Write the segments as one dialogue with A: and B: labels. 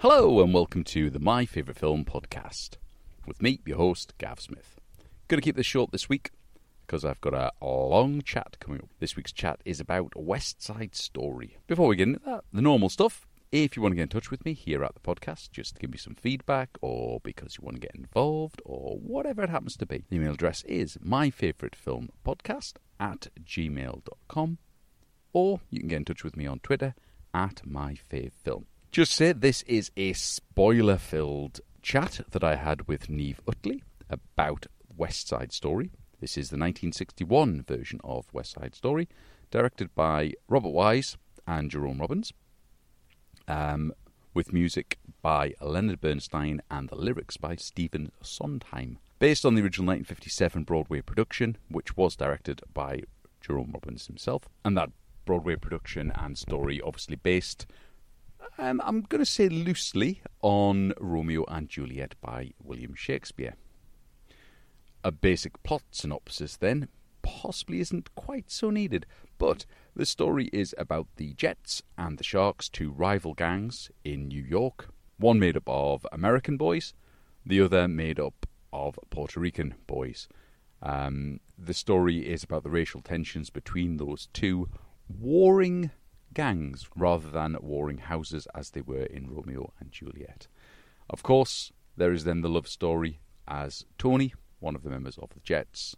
A: Hello and welcome to the My Favourite Film podcast with me, your host, Gav Smith. Going to keep this short this week because I've got a long chat coming up. This week's chat is about West Side Story. Before we get into that, the normal stuff. If you want to get in touch with me here at the podcast, just give me some feedback or because you want to get involved or whatever it happens to be. The email address is myfavoritefilmpodcast at gmail.com or you can get in touch with me on Twitter at myfavefilm. Just say this is a spoiler filled chat that I had with Neve Utley about West Side Story. This is the 1961 version of West Side Story, directed by Robert Wise and Jerome Robbins, um, with music by Leonard Bernstein and the lyrics by Stephen Sondheim. Based on the original 1957 Broadway production, which was directed by Jerome Robbins himself, and that Broadway production and story obviously based um, I'm going to say loosely on Romeo and Juliet by William Shakespeare. A basic plot synopsis, then, possibly isn't quite so needed, but the story is about the Jets and the Sharks, two rival gangs in New York, one made up of American boys, the other made up of Puerto Rican boys. Um, the story is about the racial tensions between those two warring gangs rather than warring houses as they were in Romeo and Juliet. Of course, there is then the love story as Tony, one of the members of the Jets,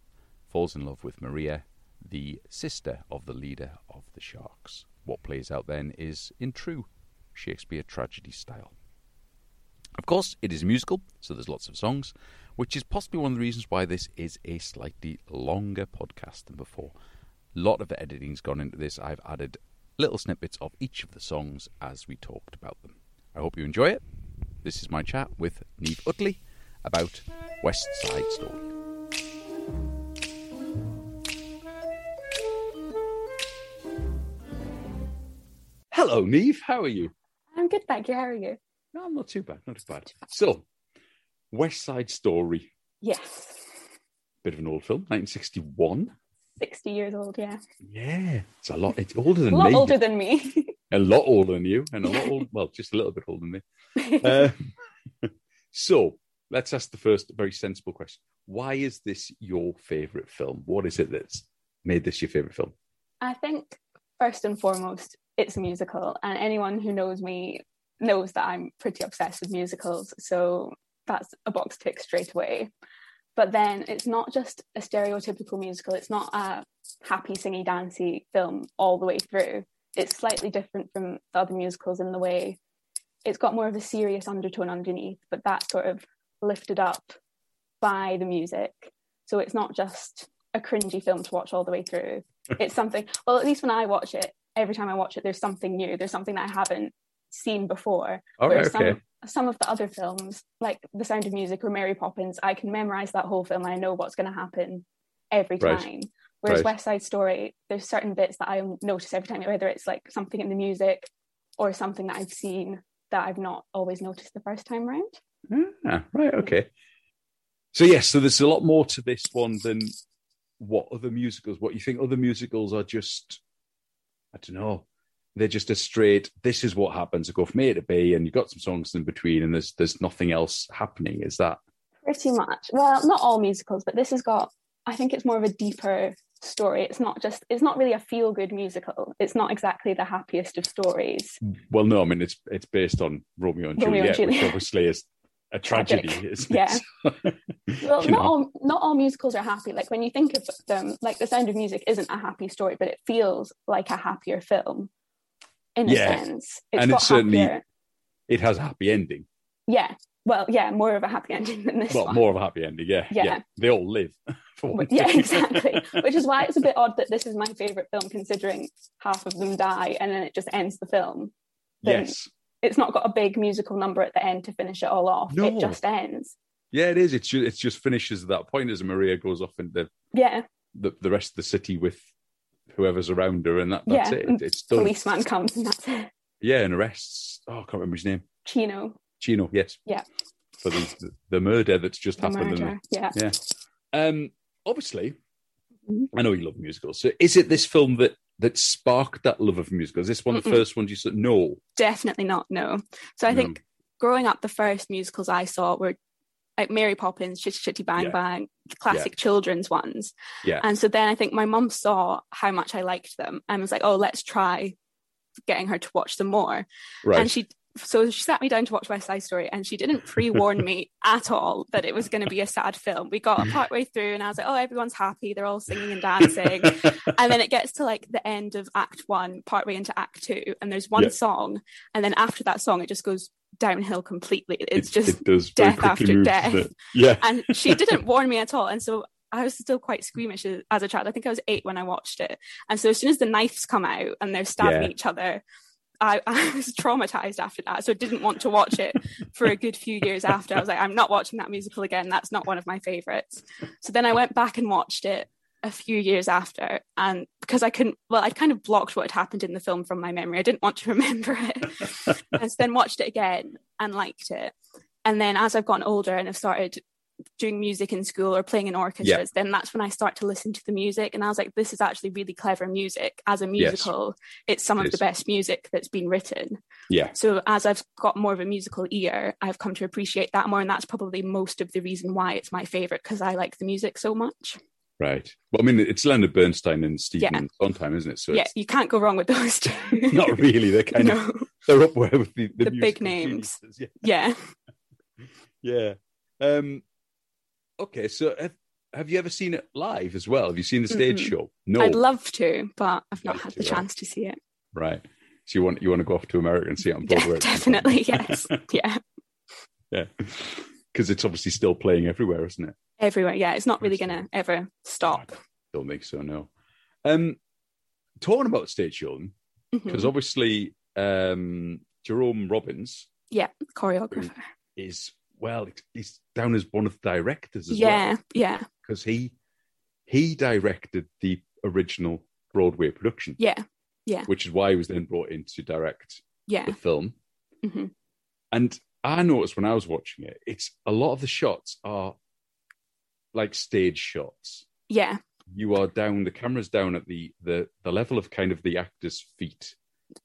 A: falls in love with Maria, the sister of the leader of the Sharks. What plays out then is in true Shakespeare tragedy style. Of course, it is a musical, so there's lots of songs, which is possibly one of the reasons why this is a slightly longer podcast than before. A lot of editing's gone into this. I've added little snippets of each of the songs as we talked about them. I hope you enjoy it. This is my chat with Neve Utley about West Side Story. Hello, Neve. How are you?
B: I'm good, thank you. How are you?
A: No, I'm not too bad. Not too bad. So, West Side Story,
B: Yes.
A: bit of an old film, 1961.
B: 60 years old, yeah.
A: Yeah, it's a lot. It's older than
B: A lot
A: me.
B: older than me.
A: a lot older than you, and a lot old, well, just a little bit older than me. Uh, so let's ask the first very sensible question. Why is this your favorite film? What is it that's made this your favorite film?
B: I think, first and foremost, it's a musical, and anyone who knows me knows that I'm pretty obsessed with musicals, so that's a box tick straight away. But then it's not just a stereotypical musical, it's not a happy, singy, dancy film all the way through. It's slightly different from the other musicals in the way it's got more of a serious undertone underneath, but that's sort of lifted up by the music. So it's not just a cringy film to watch all the way through. It's something, well, at least when I watch it, every time I watch it, there's something new, there's something that I haven't seen before.
A: All right,
B: Whereas
A: Oh, okay.
B: some, some of the other films, like The Sound of Music or Mary Poppins, I can memorize that whole film. I know what's going to happen every
A: Right.
B: time. Whereas
A: Right.
B: West Side Story, there's certain bits that I notice every time, whether it's like something in the music or something that I've seen that I've not always noticed the first time round.
A: Ah, right, okay. So yes, so there's a lot more to this one than what other musicals. What you think other musicals are just, I don't know, they're just a straight. This is what happens. They go from A to B, and you've got some songs in between, and there's there's nothing else happening. Is that
B: Pretty much. Well, not all musicals, but this has got, I think it's more of a deeper story. It's not just, it's not really a feel good musical. It's not exactly the happiest of stories.
A: Well, no, I mean it's it's based on Romeo and
B: Romeo and
A: Juliet, which
B: Juliet.
A: obviously is a
B: Tragic.
A: tragedy, isn't
B: Yeah.
A: it?
B: Well,
A: You
B: not
A: know.
B: all not all musicals are happy. Like when you think of them, like The Sound of Music isn't a happy story, but it feels like a happier film in
A: Yeah.
B: a sense. It's
A: And
B: got
A: it's certainly-
B: happier.
A: It has a happy ending.
B: Yeah. Well, yeah, more of a happy ending than this
A: Well,
B: one.
A: more of a happy ending, yeah.
B: Yeah.
A: They all live for one
B: But- yeah,
A: thing.
B: exactly. Which is why it's a bit odd that this is my favorite film, considering half of them die and then it just ends the film. Then-
A: yes.
B: It's not got a big musical number at the end to finish it all off.
A: No.
B: It just ends.
A: Yeah, it is. It's just, it's just finishes at that point as Maria goes off into
B: Yeah,
A: the, the rest of the city with whoever's around her, and that, that's
B: Yeah.
A: it. It's done.
B: policeman comes and that's it.
A: Yeah, and arrests. Oh, I can't remember his name.
B: Chino,
A: Chino, yes.
B: Yeah.
A: For the, the murder that's just
B: the
A: happened. and-
B: murderer. Yeah.
A: Um, obviously,
B: Mhm.
A: I know you love musicals. So, is it this film that that sparked that love of musicals? Is this one the
B: Mm-mm.
A: first one you said no?
B: Definitely not. No. So I
A: No.
B: think growing up, the first musicals I saw were like Mary Poppins, Chitty Chitty Bang
A: Yeah.
B: Bang, the classic children's ones.
A: Yeah.
B: And so then I think my mum saw how much I liked them and was like, oh, let's try getting her to watch them more.
A: Right.
B: And she, so she sat me down to watch West Side Story and she didn't pre warn me at all that it was going to be a sad film. We
A: Mm.
B: got partway through and I was like, oh, everyone's happy. They're all singing and dancing. and then it gets to like the end of act one partway into act two and there's one
A: Yeah.
B: song and then after that song it just goes downhill completely it's
A: It-
B: just
A: it does very
B: death
A: quickly
B: after
A: move,
B: death.
A: doesn't it? Yeah.
B: and she didn't warn me at all and so i was still quite squeamish as, as a child i think i was eight when i watched it and so as soon as the knives come out and they're stabbing
A: Yeah.
B: each other I, I was traumatized after that so didn't want to watch it for a good few years after i was like i'm not watching that musical again that's not one of my favorites so then i went back and watched it a few years after and because i couldn't well i'd kind of blocked what had happened in the film from my memory i didn't want to remember it and so then watched it again and liked it. And then as I've gotten older and have started doing music in school or playing in orchestras, then that's when I start to listen to the music. And I was like, this is actually really clever music. As a musical, it's some
A: It
B: of the
A: is.
B: best music that's been written.
A: Yeah.
B: So as I've got more of a musical ear, I've come to appreciate that more. And that's probably most of the reason why it's my favorite because I like the music so much.
A: Right. Well, I mean, it's Leonard Bernstein and Stephen
B: Yeah.
A: Sondheim, isn't it? So
B: yeah, you can't go wrong with those two.
A: it's not really. They're kind of
B: no.
A: they're up there with the, the,
B: The big
A: musical
B: names.
A: geniuses, Yeah.
B: Yeah.
A: Yeah. Um, okay. So have, have you ever seen it live as well? Have you seen the stage
B: Mm-mm.
A: show? No.
B: I'd love to, but I've not
A: Love
B: had
A: to,
B: the
A: right.
B: chance to see it.
A: right. So you want you want to go off to America and see it on
B: Yeah,
A: Broadway? at some point.
B: definitely, yes. Yeah.
A: yeah. Because it's obviously still playing everywhere, isn't it?
B: everywhere. Yeah, it's not really
A: Absolutely.
B: going to ever stop.
A: Don't think so. No. Um, talking about stage show, because
B: Mhm.
A: obviously um, Jerome Robbins
B: Yeah, choreographer.
A: is well, he's down as one of the directors as well.
B: Yeah, yeah,
A: because he he directed the original Broadway production,
B: yeah,
A: which is why he was then brought in to direct
B: yeah.
A: the film.
B: Mhm.
A: And I noticed when I was watching it, it's a lot of the shots are like stage shots.
B: Yeah,
A: You are down, the camera's down at the the, the level of kind of the actor's feet.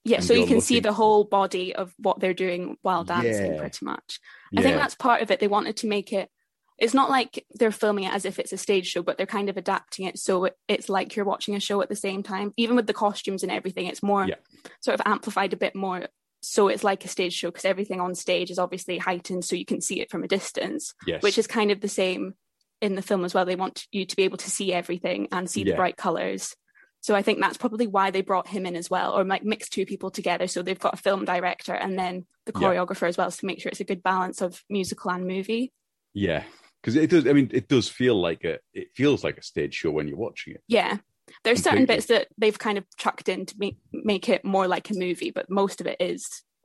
B: yeah.
A: And
B: So you
A: you're
B: can see
A: looking-
B: the whole body of what they're doing while dancing,
A: Yeah.
B: pretty much. I think
A: Yeah.
B: that's part of it. They wanted to make it. It's not like they're filming it as if it's a stage show, but they're kind of adapting it so it, it's like you're watching a show at the same time. Even with the costumes and everything, it's more
A: Yeah.
B: sort of amplified a bit more. So it's like a stage show because everything on stage is obviously heightened, so you can see it from a distance.
A: yes,
B: which is kind of the same in the film as well. They want you to be able to see everything and see
A: Yeah.
B: the bright colors. So I think that's probably why they brought him in as well, or like mixed two people together. So they've got a film director and then the
A: Yeah.
B: choreographer as well, so to make sure it's a good balance of musical and movie.
A: yeah, because it does. I mean, it does feel like a it feels like a stage show when you're watching it.
B: Yeah, there's certain
A: Completely.
B: bits that they've kind of chucked in to make make it more like a movie, but most of it is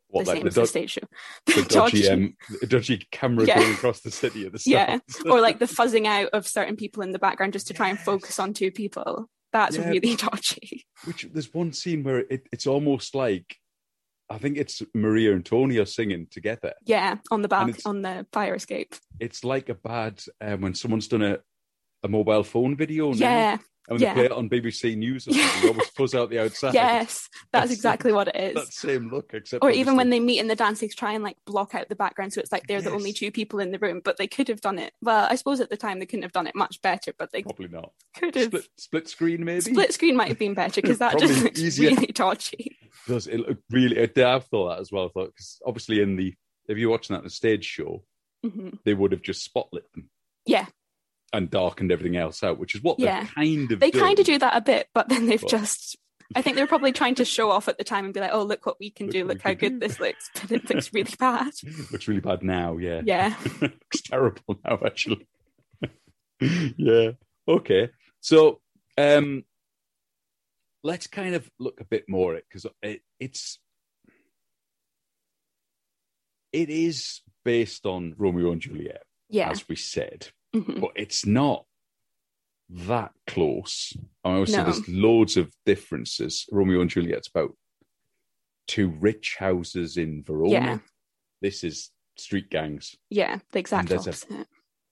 A: What,
B: the
A: like
B: same
A: the,
B: as the
A: do-
B: stage show.
A: the dodgy,
B: Dodgy.
A: um, the dodgy camera
B: Yeah.
A: going across the city at the
B: Yeah.
A: start.
B: or like the fuzzing out of certain people in the background just to try and
A: Yes.
B: focus on two people. That's
A: Yeah.
B: really dodgy.
A: Which there's one scene where it, it's almost like I think it's Maria and Tony are singing together.
B: Yeah, on the
A: And
B: back
A: it's-
B: on the fire escape.
A: It's like a bad um, when someone's done a, a mobile phone video. now,
B: yeah,
A: and when
B: yeah.
A: they play it on BBC News, or
B: Yeah.
A: something, they always fuzz out the outside.
B: yes, that's
A: That's-
B: exactly what it
A: that
B: is.
A: same look, except
B: Or even
A: obviously-
B: when they meet in the dance, they try and like block out the background, so it's like they're the only
A: Yes.
B: two people in the room. But they could have done it. Well, I suppose at the time they couldn't have done it much better, but they
A: probably not
B: could have.
A: split,
B: Split,
A: split screen maybe
B: screen might have been better because that just
A: Probably
B: looks
A: easier.
B: really dodgy.
A: does it look really? I have thought that as well. I thought because obviously in the if you're watching that in the stage show,
B: Mhm.
A: they would have just spotlit them.
B: Yeah.
A: And darkened everything else out, which is what
B: Yeah.
A: they've kind of
B: They
A: done.
B: kind of do that a bit, but then they've
A: Well.
B: just. I think they were probably trying to show off at the time and be like, "Oh, look what we can
A: Look
B: do!
A: what we
B: Look how
A: can
B: good
A: do."
B: this looks!" But it looks really bad.
A: Looks really bad now, yeah.
B: Yeah.
A: Looks terrible now, actually. yeah. Okay. So um let's kind of look a bit more at it because it, it's it is based on Romeo and Juliet,
B: Yeah.
A: as we said,
B: Mhm.
A: but it's not that close. I always say
B: No.
A: there's loads of differences. Romeo and Juliet's about two rich houses in Verona.
B: Yeah.
A: This is street gangs.
B: Yeah. The exact
A: there's a-
B: opposite.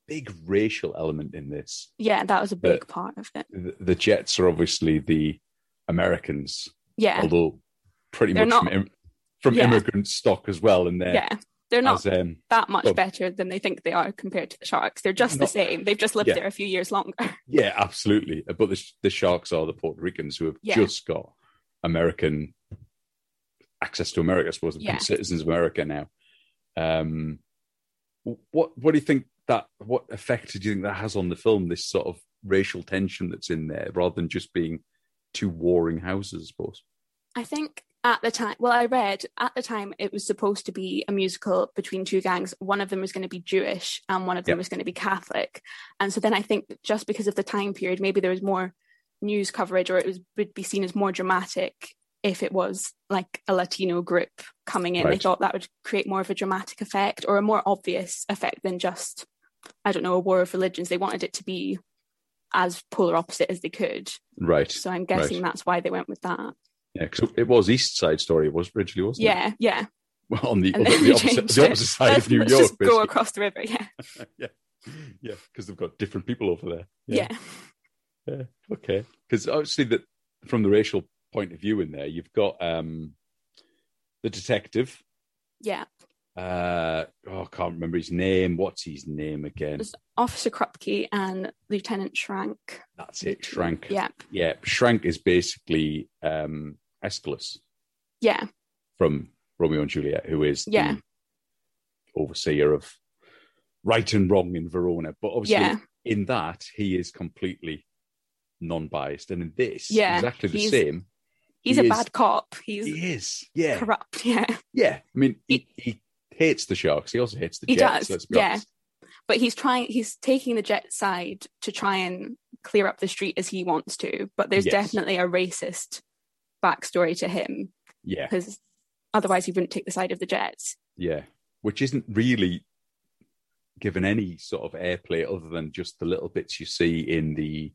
A: Big racial element in this.
B: Yeah, that was a
A: But-
B: big part of it.
A: The, the Jets are obviously the Americans,
B: Yeah,
A: although pretty
B: They're
A: much
B: not-
A: from, im- from
B: Yeah.
A: immigrant stock as well, and they're
B: yeah, They're not
A: As, um,
B: that much
A: well-
B: better than they think they are compared to the sharks. They're just the
A: Not-
B: same. They've just lived
A: Yeah.
B: there a few years longer.
A: yeah, absolutely. Uh, But the, sh- the sharks are the Puerto Ricans who have
B: Yeah.
A: just got American access to America. I suppose they've
B: Yeah.
A: become citizens of America now. Um, what what do you think that? What effect do you think that has on the film? This sort of racial tension that's in there, rather than just being two warring houses, I suppose.
B: I think at the time, well, I read at the time it was supposed to be a musical between two gangs. One of them was going to be Jewish and one of them
A: Yep.
B: was going to be Catholic. And so then I think that just because of the time period, maybe there was more news coverage or it was, would be seen as more dramatic if it was like a Latino group coming in. They
A: Right.
B: thought that would create more of a dramatic effect or a more obvious effect than just, I don't know, a war of religions. They wanted it to be as polar opposite as they could.
A: Right.
B: So I'm guessing that's why they went with that.
A: Yeah, 'cause it was East Side Story. It was originally, wasn't it?
B: Yeah, yeah.
A: Well, on the,
B: And
A: other-
B: then
A: the
B: they
A: opposite,
B: changed
A: the
B: it.
A: opposite side
B: let's,
A: of New
B: let's
A: York.
B: just go
A: basically.
B: across the river. Yeah.
A: yeah, yeah, because they've got different people over there.
B: Yeah.
A: Okay. Because obviously, that from the racial point of view, in there, you've got um the detective.
B: Yeah.
A: Uh, oh, I can't remember his name. What's his name again?
B: Just- Officer Krupke and Lieutenant Shrank.
A: That's it. Shrank.
B: Yeah.
A: Yeah. Shrank is basically um Aeschylus
B: Yeah.
A: from Romeo and Juliet, who is
B: Yeah.
A: the overseer of right and wrong in Verona. But obviously,
B: Yeah.
A: in that he is completely non-biased and in this
B: Yeah,
A: exactly the
B: he's-
A: same
B: He's
A: He
B: a
A: is-
B: bad cop. He's
A: he is yeah
B: corrupt. Yeah.
A: yeah i mean he, he hates the sharks he also hates the
B: He
A: jets
B: does,
A: let's be
B: yeah.
A: honest.
B: But he's trying, he's taking the jet side to try and clear up the street as he wants to. But there's
A: Yes.
B: definitely a racist backstory to him
A: yeah
B: because otherwise he wouldn't take the side of the jets.
A: yeah which isn't really given any sort of airplay other than just the little bits you see in the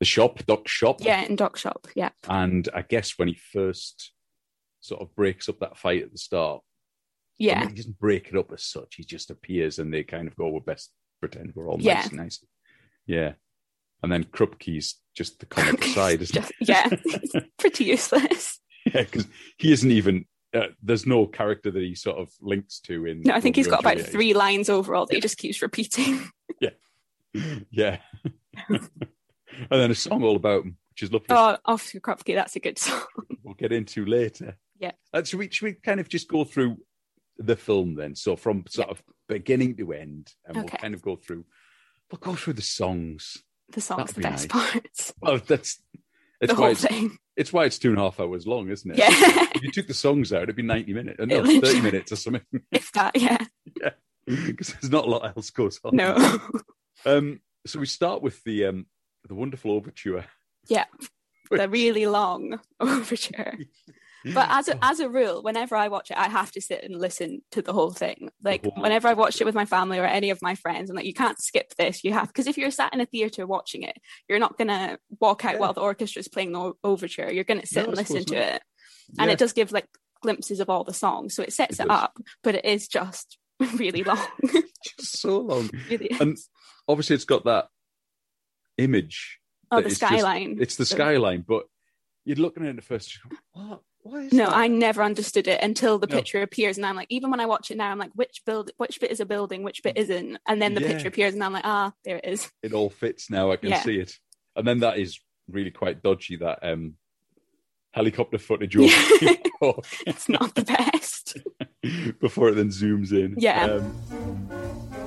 A: the shop doc shop
B: Yeah. In Doc Shop. Yeah.
A: and i guess when he first sort of breaks up that fight at the start I
B: Yeah.
A: mean, he doesn't break it up as such. He just appears, and they kind of go, "We're best pretend we're all
B: Yeah.
A: nice, and nice." Yeah, and then Krupke's just the comic side, isn't
B: Just- yeah. He's pretty useless.
A: he? Yeah, because he isn't even. Uh, there's no character that he sort of links to in.
B: No, I think he's
A: Romeo
B: got about
A: and
B: three lines overall that he just keeps repeating.
A: Juliet. Yeah, and then a song all about him, which is lovely.
B: Oh, Officer Kropke, that's a good song.
A: We'll get into later.
B: Yeah.
A: Uh, should we should we kind of just go through the film then? So from sort of beginning to end, and we'll
B: Okay.
A: kind of go through. We'll go through the songs.
B: The song's
A: That'd be
B: the best part.
A: Well, that's it's
B: The
A: why
B: whole
A: it's,
B: thing.
A: it's why it's two and a half hours long, isn't it?
B: Yeah.
A: If you took the songs out, it'd be ninety minutes, uh, no,
B: literally-
A: thirty minutes or something,
B: if that, yeah.
A: because there's not a lot else goes on.
B: No.
A: Um, so we start with the um, the wonderful overture.
B: the really long overture. But as a, as a rule, whenever I watch it, I have to sit and listen to the whole thing. Like
A: whole
B: whenever I watched
A: overture.
B: it with my family or any of my friends, I'm like, you can't skip this. You have because if you're sat in a theater watching it, you're not gonna walk out
A: Yeah.
B: while the orchestra's playing the o- overture. You're gonna sit
A: No,
B: and
A: I suppose
B: listen to
A: not.
B: it, and
A: Yeah.
B: it does give like glimpses of all the songs. So it sets
A: It
B: it,
A: does.
B: up, but it is just really long.
A: Just so long.
B: really. is.
A: And obviously, it's got that image.
B: oh,
A: that
B: the
A: it's just-
B: skyline.
A: It's the
B: So-
A: skyline, but you're looking at it first. just go, What? What is
B: No,
A: that?
B: I never understood it until the
A: No.
B: picture appears, and I'm like, even when I watch it now, I'm like, which build, which bit is a building, which bit isn't, and then the
A: Mm. Yeah.
B: picture appears, and I'm like, ah, there it is.
A: it all fits now. I can
B: Yeah.
A: see it. And then that is really quite dodgy. That um, helicopter footage
B: Yeah.
A: over
B: It's not the best.
A: before it then zooms in.
B: Yeah.
A: Um,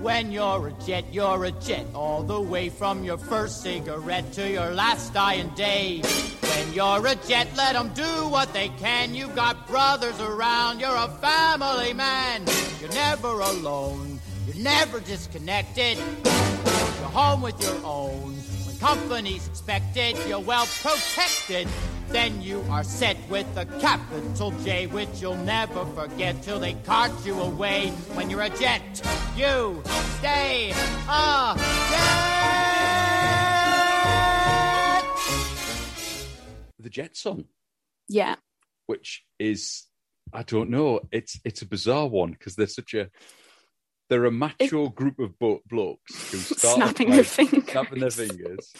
C: When you're a jet, you're a jet, all the way from your first cigarette to your last dying day. When you're a jet, let 'em do what they can. You've got brothers around, you're a family man. You're never alone, you're never disconnected. You're home with your own. When company's expected, you're well protected. Then you are set with a capital J, which you'll never forget till they cart you away. When you're a jet, you stay a jet.
A: the Jet song,
B: Yeah,
A: which is, I don't know, it's it's a bizarre one because they're such a they're a macho group of bo- blokes who start off
B: snapping
A: by
B: their fingers,
A: snapping their fingers.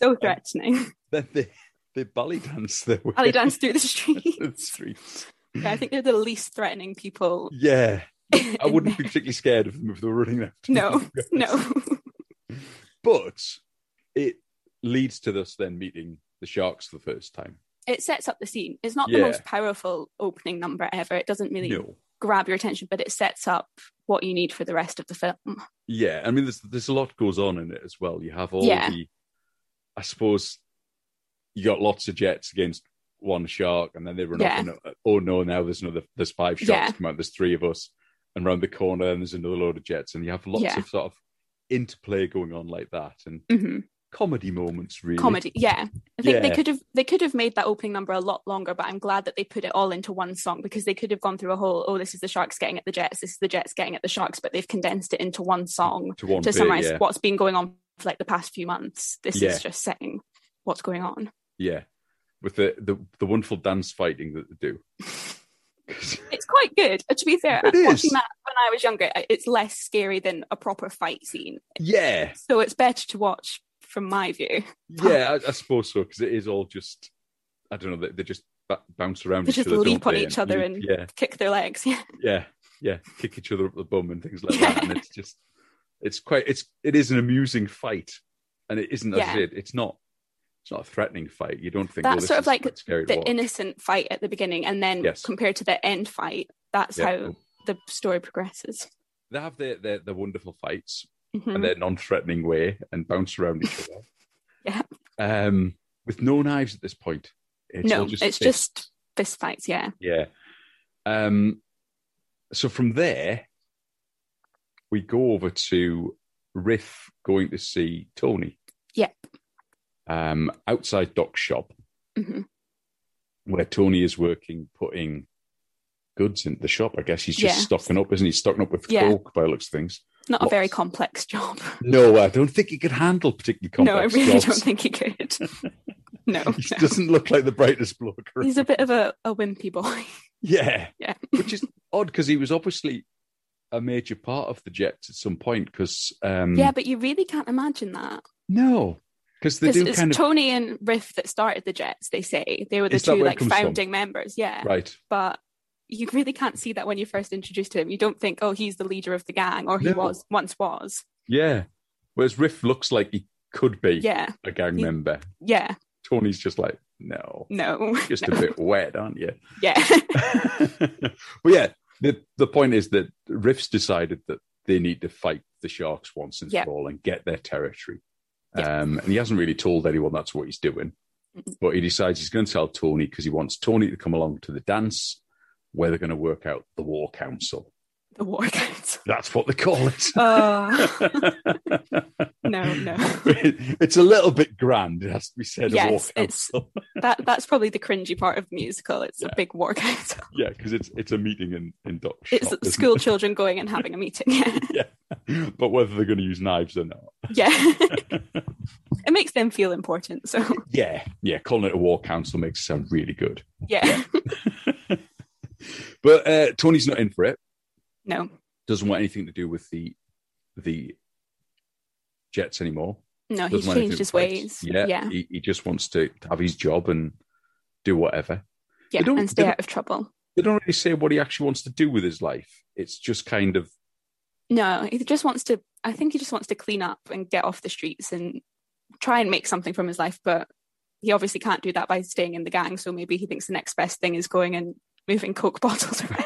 B: so threatening.
A: Then they they belly dance their way
B: Ali dance through the street.
A: through the streets.
B: I think they're the least threatening people.
A: Yeah, I
B: in
A: wouldn't be particularly scared of them if they were running after me,
B: No,
A: to be honest.
B: No.
A: But it leads to us then meeting the sharks for the first time.
B: It sets up the scene. It's not
A: Yeah.
B: the most powerful opening number ever. It doesn't really
A: No.
B: grab your attention, but it sets up what you need for the rest of the film.
A: Yeah, I mean, there's there's a lot goes on in it as well. You have all
B: Yeah.
A: the, I suppose, you got lots of jets against one shark, and then they run
B: Yeah.
A: off. And, oh no! Now there's another. There's five sharks
B: Yeah.
A: come out. There's three of us, and round the corner, and there's another load of jets, and you have lots
B: Yeah.
A: of sort of interplay going on like that, and
B: hmm
A: comedy moments really.
B: Comedy, yeah. I think
A: Yeah.
B: they could have they could have made that opening number a lot longer, but I'm glad that they put it all into one song because they could have gone through a whole. Oh, this is the sharks getting at the jets. This is the jets getting at the sharks, but they've condensed it into one song
A: to one
B: to
A: bit,
B: summarize
A: yeah.
B: what's been going on for like the past few months. This
A: Yeah.
B: is just setting what's going on.
A: yeah, with the, the the wonderful dance fighting that they do. 'Cause-
B: It's quite good. Uh, To be fair,
A: It
B: watching
A: is.
B: that when I was younger, I- it's less scary than a proper fight scene.
A: yeah,
B: So it's better to watch from my view.
A: Yeah, I, I suppose so because it is all just I don't know. They, they just b- bounce around.
B: They
A: each
B: just
A: other,
B: leap
A: don't
B: on
A: they?
B: each other and-
A: yeah,
B: Kick their legs. Yeah.
A: yeah, yeah, kick each other up the bum and things like
B: Yeah.
A: that. And it's just it's quite it's it is an amusing fight, and it isn't as
B: Yeah.
A: it it's not it's not a threatening fight. You don't think
B: That's
A: oh, this
B: sort
A: is
B: of like
A: quite scary to
B: The
A: watch.
B: innocent fight at the beginning and then
A: Yes.
B: compared to the end fight, that's
A: Yeah.
B: how the story progresses.
A: They have their their, their wonderful fights
B: Mhm.
A: and their non-threatening way and bounce around each other.
B: Yeah.
A: Um, with no knives at this point. It's
B: no,
A: all just
B: it's
A: fists.
B: just fist fights. Yeah.
A: Yeah. Um, so from there, we go over to Riff going to see Tony.
B: Yep.
A: Um, outside Doc's shop,
B: hmm
A: where Tony is working, putting goods in the shop. I guess he's just
B: Yeah.
A: stocking up, isn't he? Stocking up with
B: Yeah.
A: coke by the looks of things.
B: Not a
A: Lots.
B: very complex job.
A: No, I don't think he could handle particularly
B: no, I
A: complex
B: really
A: jobs.
B: don't think he could. no, no.
A: he doesn't look like the brightest bloke. around.
B: He's a bit of a, a wimpy boy.
A: Yeah.
B: Yeah.
A: Which is odd because he was obviously a major part of the Jets at some point because um
B: Yeah, but you really can't imagine that.
A: no because they
B: Because
A: do
B: it's
A: kind of
B: Tony and Riff that started the Jets, they say. They were the
A: Is that
B: two
A: where it
B: like
A: comes from?
B: founding members. Yeah.
A: right
B: But you really can't see that when you first introduced him. You don't think, oh, he's the leader of the gang or he
A: No.
B: was once was.
A: yeah whereas Riff looks like he could be
B: Yeah.
A: a gang
B: He-
A: member
B: Yeah.
A: Tony's just like no
B: No.
A: just
B: No.
A: a bit wet aren't you
B: Yeah.
A: but yeah the the point is that Riff's decided that they need to fight the sharks once and
B: Yeah.
A: for all and get their territory
B: Yeah.
A: um and he hasn't really told anyone that's what he's doing
B: Mm-mm.
A: but he decides he's going to tell Tony because he wants Tony to come along to the dance where they're going to work out the war council.
B: the war guys.
A: That's what they call it.
B: Oh no, no.
A: it's a little bit grand, it has to be said. a war
B: Yes,
A: council.
B: it's that that's probably the cringy part of the musical. It's
A: Yeah.
B: a big war council.
A: Yeah, because it's it's a meeting in in Doc
B: It's
A: shop, isn't
B: school children going and having a meeting. Yeah.
A: it? But whether they're going to use knives or not.
B: yeah. it makes them feel important. So
A: Yeah, yeah. Calling it a war council makes it sound really good.
B: yeah.
A: But uh, Tony's not in for it.
B: No.
A: Doesn't want anything to do with the the Jets anymore.
B: No,
A: doesn't
B: Oh, he's
A: want anything
B: changed
A: to
B: his
A: do with
B: ways.
A: fights. Yeah,
B: Yeah.
A: He, he just wants to have his job and do whatever.
B: Yeah.
A: don't-
B: And stay
A: they don't-
B: out of trouble.
A: They don't really say what he actually wants to do with his life. It's just kind of
B: No, he just wants to. I think he just wants to clean up and get off the streets and try and make something from his life. But he obviously can't do that by staying in the gang. So maybe he thinks the next best thing is going and moving coke bottles around.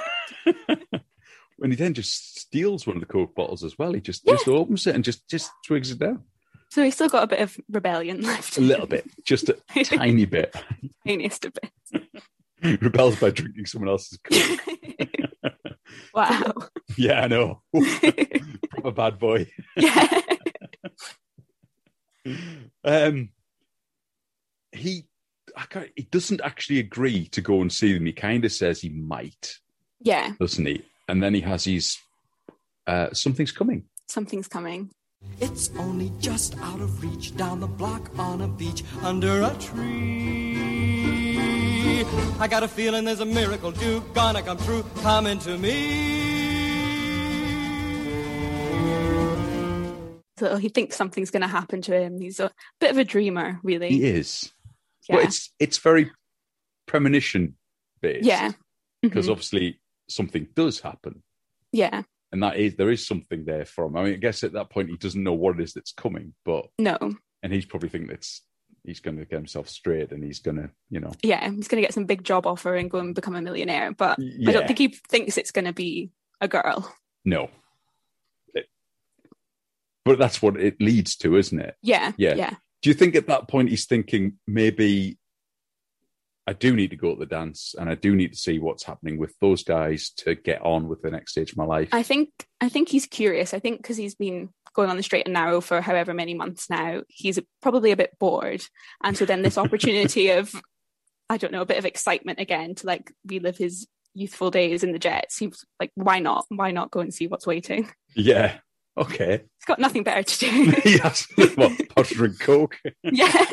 A: when he then just steals one of the coke bottles as well. He just just opens it and just just twigs it down
B: so he's still got a bit of rebellion left.
A: a little bit, just a tiny bit.
B: Tiniest of bit.
A: Rebels by drinking someone else's coke.
B: wow.
A: Yeah, I know. Proper bad boy.
B: yeah.
A: Um, he. I can't, he doesn't actually agree to go and see them. He kind of says he might,
B: Yeah.
A: doesn't he? And then he has his uh, something's coming.
B: Something's coming.
C: It's only just out of reach, down the block on a beach, under a tree. I got a feeling there's a miracle due, gonna come true, coming to me.
B: So he thinks something's going to happen to him. He's a bit of a dreamer, really.
A: He is,
B: Yeah.
A: but it's it's very premonition based.
B: yeah. Mm-hmm.
A: because obviously something does happen,
B: Yeah.
A: and that is there is something there for him. I mean, I guess at that point he doesn't know what it is that's coming, but
B: No.
A: and he's probably thinking it's he's going to get himself straight, and he's going to you know
B: Yeah. He's going to get some big job offer and go and become a millionaire. But I
A: yeah.
B: don't think he thinks it's going to be a girl.
A: no. It- but that's what it leads to, isn't it?
B: Yeah.
A: Yeah.
B: Yeah.
A: Do you think at that point he's thinking maybe I do need to go to the dance and I do need to see what's happening with those guys to get on with the next stage of my life?
B: I think I think he's curious. I think because he's been going on the straight and narrow for however many months now, he's probably a bit bored. And so then this opportunity of I don't know, a bit of excitement again to like relive his youthful days in the jets. He's like, why not? Why not go and see what's waiting? He's
A: yeah. Okay.
B: got nothing better to do.
A: yes. Well, powder and coke.
B: yeah.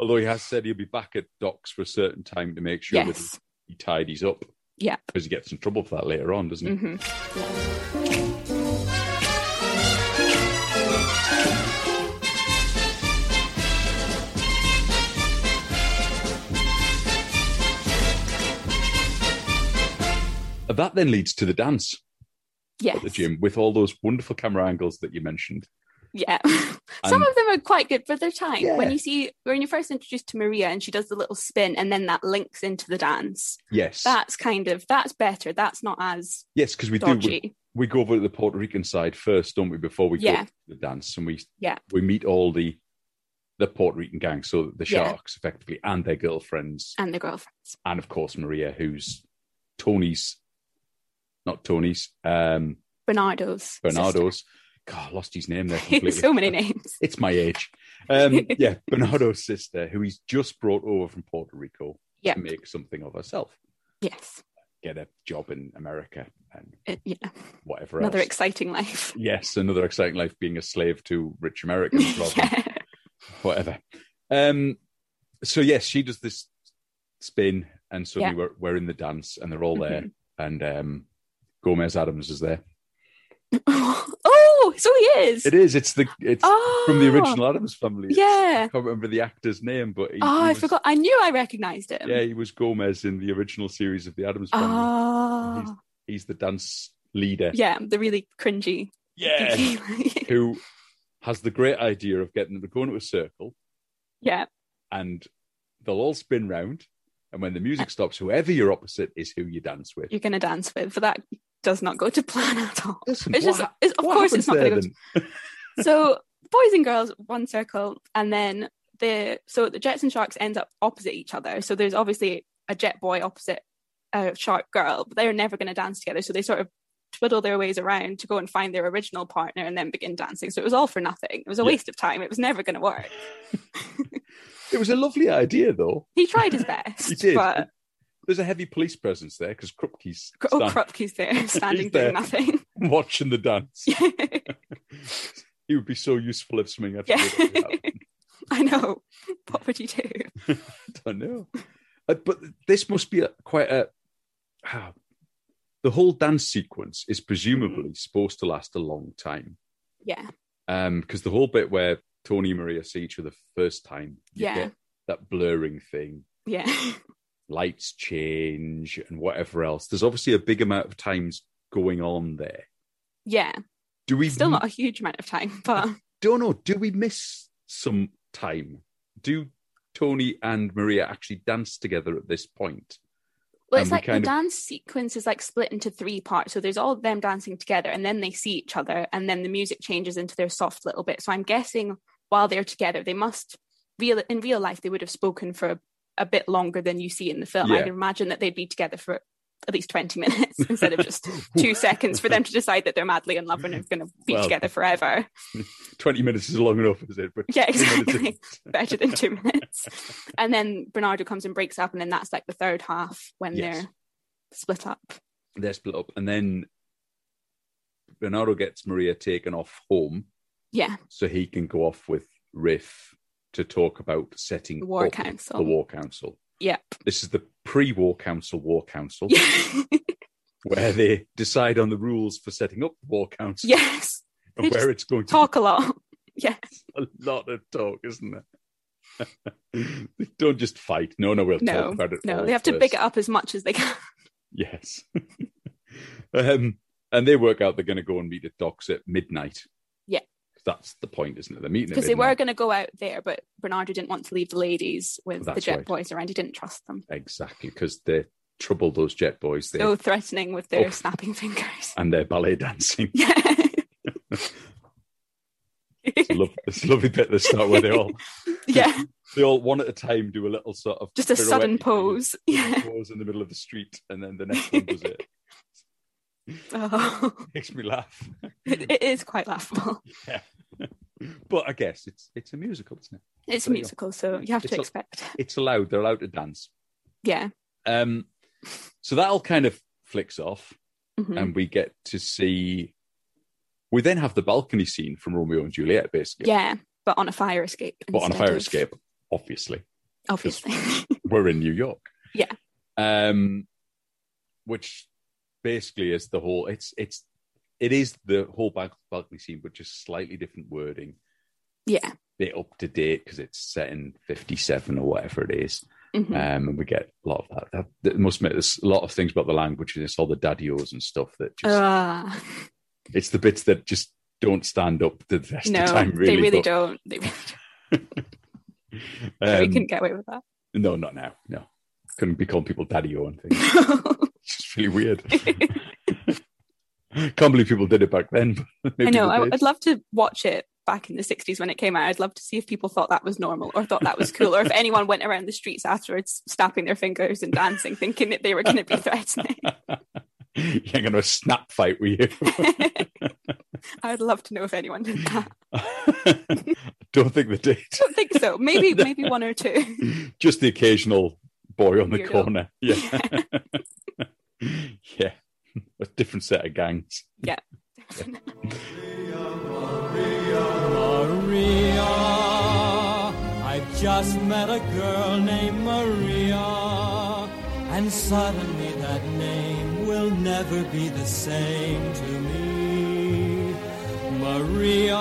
A: Although he has said he'll be back at docks for a certain time to make sure that
B: yes.
A: he tidies up.
B: Yeah.
A: Because he gets in trouble for that later on, doesn't he?
B: hmm Mm.
A: That then leads to the dance
B: Yes.
A: at the gym with all those wonderful camera angles that you mentioned.
B: Yeah. Some
A: And-
B: of them are quite good for their time. When
A: Yeah.
B: you see when you're first introduced to Maria and she does the little spin and then that links into the dance.
A: Yes.
B: that's kind of that's better that's not as
A: yes, because we do.
B: dodgy
A: we go over to the Puerto Rican side first, don't we? Before we go
B: Yeah.
A: to the dance, and we
B: Yeah.
A: we meet all the the Puerto Rican gang, so the
B: Yeah.
A: sharks effectively and their girlfriends,
B: and the girlfriends
A: and of course Maria, who's Tony's, not Tony's, um,
B: bernardo's
A: Bernardo's. God, I lost his name there
B: sister.
A: completely.
B: so many names
A: It's my age. Um, yeah, Bernardo's sister, who he's just brought over from Puerto Rico
B: yeah
A: to make something of herself,
B: yes
A: get a job in America and
B: It- yeah
A: whatever
B: another
A: else.
B: exciting life
A: yes, another exciting life being a slave to rich Americans rather than
B: yeah.
A: whatever. Um, so yes, she does this spin, and suddenly we're we're in the dance, and they're all there,
B: Mm-hmm.
A: and um, Gomez Adams is there.
B: oh so he is
A: It is. It's the it's
B: oh
A: from the original Adams family. It's-
B: yeah
A: I can't remember the actor's name, but he,
B: oh
A: he
B: i
A: was-
B: forgot i knew i recognized him
A: Yeah, he was Gomez in the original series of the Adams family.
B: oh
A: He's the dance leader.
B: yeah the really cringy
A: Yeah, who has the great idea of getting them to go into a circle,
B: yeah
A: and they'll all spin round. And when the music stops, whoever you're opposite is who you dance with.
B: you're gonna dance with but that does not go to plan at all
A: Listen,
B: it's
A: what
B: just
A: ha-
B: it's, of
A: what
B: course it's
A: happens
B: not
A: there
B: gonna go to
A: then?
B: so boys and girls one circle and then the so the jets and sharks end up opposite each other so there's obviously a jet boy opposite a shark girl but they're never going to dance together so they sort of twiddle their ways around to go and find their original partner and then begin dancing so it was all for nothing it was a
A: Yeah.
B: waste of time it was never going to work
A: It was a lovely idea, though.
B: he tried his best
A: He did.
B: but
A: There's a heavy police presence there because Krupke's
B: oh
A: stand-
B: Krupke's there standing
A: there.
B: doing nothing
A: watching the dance.
B: yeah
A: he would be so useful if something actually happened.
B: i know what would you do
A: I don't know. Uh, But this must be a, quite a. ah, the whole dance sequence is presumably supposed to last a long time
B: yeah
A: because Um, the whole bit where Tony and Maria see each other first time, you
B: Yeah.
A: get that blurring thing.
B: yeah
A: lights change and whatever else. There's obviously a big amount of times going on there.
B: yeah
A: Do we
B: still not a huge amount of time but
A: don't know? Do we miss some time? Do Tony and Maria actually dance together at this point?
B: Well,
A: And
B: it's
A: we
B: like the
A: kind of-
B: dance sequence is like split into three parts. So there's all of them dancing together, and then they see each other, and then the music changes into their soft little bit. So I'm guessing while they're together, they must real in real life they would have spoken for a, a bit longer than you see in the film.
A: Yeah.
B: I can imagine that they'd be together for at least 20 minutes instead of just two seconds for them to decide that they're madly in love and are going to be
A: Well-
B: together forever.
A: Twenty minutes is long enough, is it? But
B: Yeah,
A: two minutes
B: exactly.
A: is-
B: better than two minutes. And then Bernardo comes and breaks up, and then that's like the third half when
A: Yes.
B: they're split up.
A: They're split up, and then Bernardo gets Maria taken off home
B: Yeah,
A: so he can go off with Riff to talk about setting
B: the War
A: up
B: Council.
A: The War Council.
B: Yep.
A: This is the pre-War Council War Council.
B: Yeah.
A: Oh. where they decide on the rules for setting up the war council
B: yes.
A: and
B: they
A: where it's going to
B: Talk a lot.
A: be a lot of talk, isn't there? Don't just fight. No, no, we'll
B: No,
A: talk about it.
B: no,
A: all
B: they have to
A: first.
B: pick it up as much as they can.
A: Yes. um, and they work out they're going to go and meet at Doc's at midnight.
B: Yeah.
A: 'Cause That's the point, isn't it? They're meeting at
B: Because they were
A: midnight.
B: going to go out there, but Bernardo didn't want to leave the ladies with the
A: That's
B: jet
A: right.
B: boys around. He didn't trust them.
A: Exactly, because they trouble those jet boys there
B: So threatening with their
A: Oh.
B: snapping fingers.
A: and their ballet dancing.
B: Yeah.
A: It's a, lov- it's a lovely bit at the start where they all
B: yeah.
A: they all one at a time do a little sort of
B: Just a sudden
A: pirouette,
B: pose. Yeah.
A: pose in the middle of the street, and then the next one does it.
B: Oh.
A: Makes me laugh.
B: It, it is quite laughable.
A: But I guess it's it's a musical, isn't it?
B: It's a
A: There you go.
B: musical, so you have
A: It's
B: to
A: a-
B: expect it.
A: It's allowed. They're allowed to dance.
B: Yeah.
A: Um, so that all kind of flicks off.
B: Mhm.
A: and we get to see. We then have the balcony scene from Romeo and Juliet, basically,
B: yeah. But on a fire escape.
A: but on a
B: instead
A: fire
B: of-
A: escape. Obviously,
B: Obviously.
A: we're in New York.
B: Yeah.
A: Um, which basically is the whole. It's it's it is the whole bal- balcony scene, but just slightly different wording.
B: yeah.
A: Bit up to date because it's set in '57 or whatever it is.
B: Mhm.
A: Um, and we get a lot of that. That, that must make there's a lot of things about the language and it's all the daddios and stuff that just
B: Ah.
A: It's the bits that just don't stand up to the rest
B: no,
A: of time, really.
B: they really
A: but,
B: don't. They really don't.
A: um,
B: we couldn't get away with that.
A: No, not now. No. Couldn't be calling people daddy o and things. It's just really weird. Can't believe people did it back then. but
B: I
A: maybe
B: know.
A: they
B: I,
A: did.
B: I'd love to watch it back in the 60s when it came out. I'd love to see if people thought that was normal or thought that was cool or if anyone went around the streets afterwards snapping their fingers and dancing thinking that they were going to be threatening.
A: you ain't gonna snap fight with you.
B: I'd love to know if anyone did that.
A: I don't think they
B: I don't think so. Maybe maybe one or two.
A: did. Just the occasional boy on the
B: Weirdo.
A: corner. Yeah. yeah. A different set of gangs.
C: Maria. I just met a girl named Maria, and suddenly that name will never be the same to me. Maria,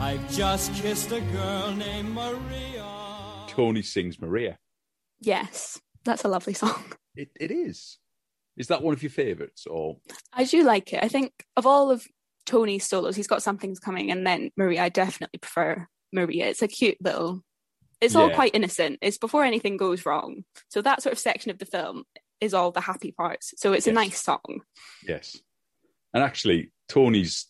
C: I've just kissed a girl named Maria.
A: Tony sings Maria.
B: Yes, that's a lovely song.
A: It, it is. Is that one of your favourites? Or
B: I do like it. I think of all of Tony's solos, he's got something's coming, and then Maria. I definitely prefer Maria. It's a cute little. It's all
A: Yeah.
B: quite innocent. It's before anything goes wrong. So that sort of section of the film is all the happy parts. So it's a
A: Yes.
B: nice song.
A: yes, and actually, Tony's.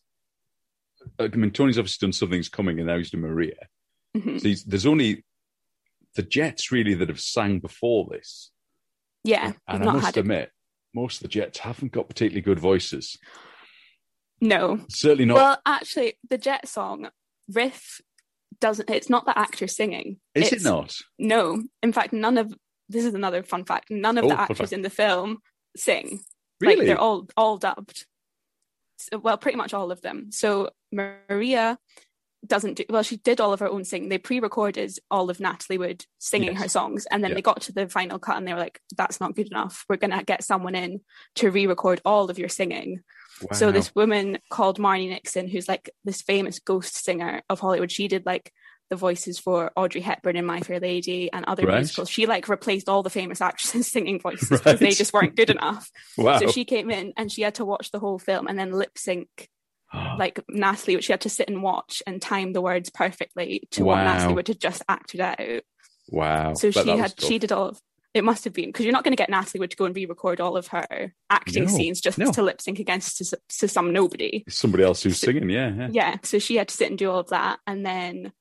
A: I mean, Tony's obviously done something's coming, and now he's doing Maria.
B: Mhm.
A: So he's, there's only the Jets really that have sang before this,
B: Yeah, we've
A: and I
B: not
A: must
B: had it.
A: admit, most of the Jets haven't got particularly good voices.
B: No.
A: Certainly not.
B: Well, actually, the Jet song riff doesn't. It's not the actor singing.
A: is it
B: It's-
A: not?
B: No. In fact, none of this is another fun fact. None of
A: Oh,
B: the
A: fun
B: actors
A: fact.
B: in the film sing. Like
A: Really?
B: they're all all dubbed. So, well, pretty much all of them. So Maria doesn't do well. She did all of her own singing. They pre-recorded all of Natalie Wood singing
A: Yes.
B: her songs, and then
A: Yeah.
B: they got to the final cut and they were like, "That's not good enough. We're gonna get someone in to re-record all of your singing." So
A: Wow.
B: this woman called Marnie Nixon, who's like this famous ghost singer of Hollywood, she did like the voices for Audrey Hepburn in My Fair Lady and other
A: Right.
B: musicals. She like replaced all the famous actresses singing voices because they
A: Right.
B: just weren't good enough.
A: wow.
B: So she came in and she had to watch the whole film and then lip sync like Natalie, which she had to sit and watch and time the words perfectly to what Natalie
A: Wow.
B: would have just acted out.
A: wow.
B: So
A: Bet
B: she
A: that was
B: had
A: tough.
B: she did all of it must have been because you're not going to get Natalie Wood to go and re-record all of her acting
A: No,
B: scenes just
A: no.
B: to lip sync against to, s- to some nobody.
A: somebody else who's singing. Yeah, yeah.
B: Yeah, so she had to sit and do all of that, and then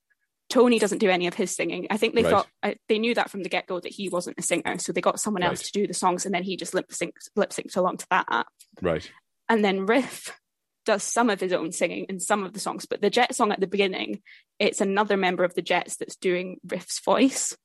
B: Tony doesn't do any of his singing. I think they
A: Right.
B: thought I, they knew that from the get go that he wasn't a singer, so they got someone else
A: Right.
B: to do the songs, and then he just lip synced lip synced along to that.
A: right.
B: And then Riff does some of his own singing in some of the songs, but the Jet song at the beginning, it's another member of the Jets that's doing Riff's voice.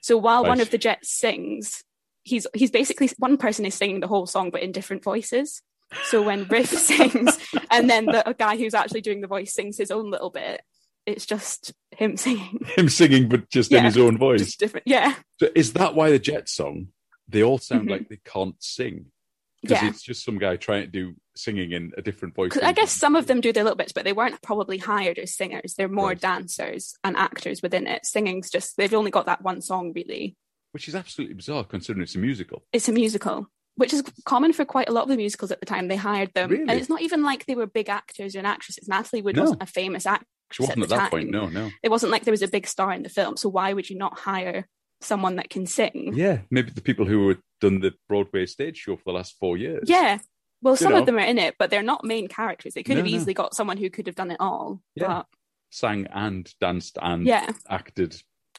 B: So while one
A: Right.
B: of the Jets sings, he's he's basically one person is singing the whole song but in different voices. So when Riff sings and then the a guy who's actually doing the voice sings his own little bit, it's just him singing.
A: Him singing, but just in
B: Yeah.
A: his own voice.
B: Just different. Yeah.
A: So is that why the Jet song they all sound
B: Mhm.
A: like they can't sing? Because
B: Yeah.
A: it's just some guy trying to do singing in a different voice.
B: 'Cause I guess some of them do their little bits, but they weren't probably hired as singers. They're more
A: Right.
B: dancers and actors within it. Singing's just they've only got that one song really.
A: which is absolutely bizarre considering it's a musical.
B: It's a musical, which is common for quite a lot of the musicals at the time. They hired them, and
A: Really?
B: it's not even like they were big actors and actresses. Natalie Wood
A: No.
B: wasn't a famous actor.
A: She wasn't
B: the
A: at that
B: time.
A: point. No, no.
B: It wasn't like there was a big star in the film, so why would you not hire someone that can sing?
A: Yeah, maybe the people who had done the Broadway stage show for the last four years.
B: Yeah. Well, some
A: know.
B: of them are in it, but they're not main characters. They could
A: No,
B: have
A: no.
B: easily got someone who could have done it all.
A: Yeah. Mm. sang and danced
B: But
A: and
B: yeah,
A: acted.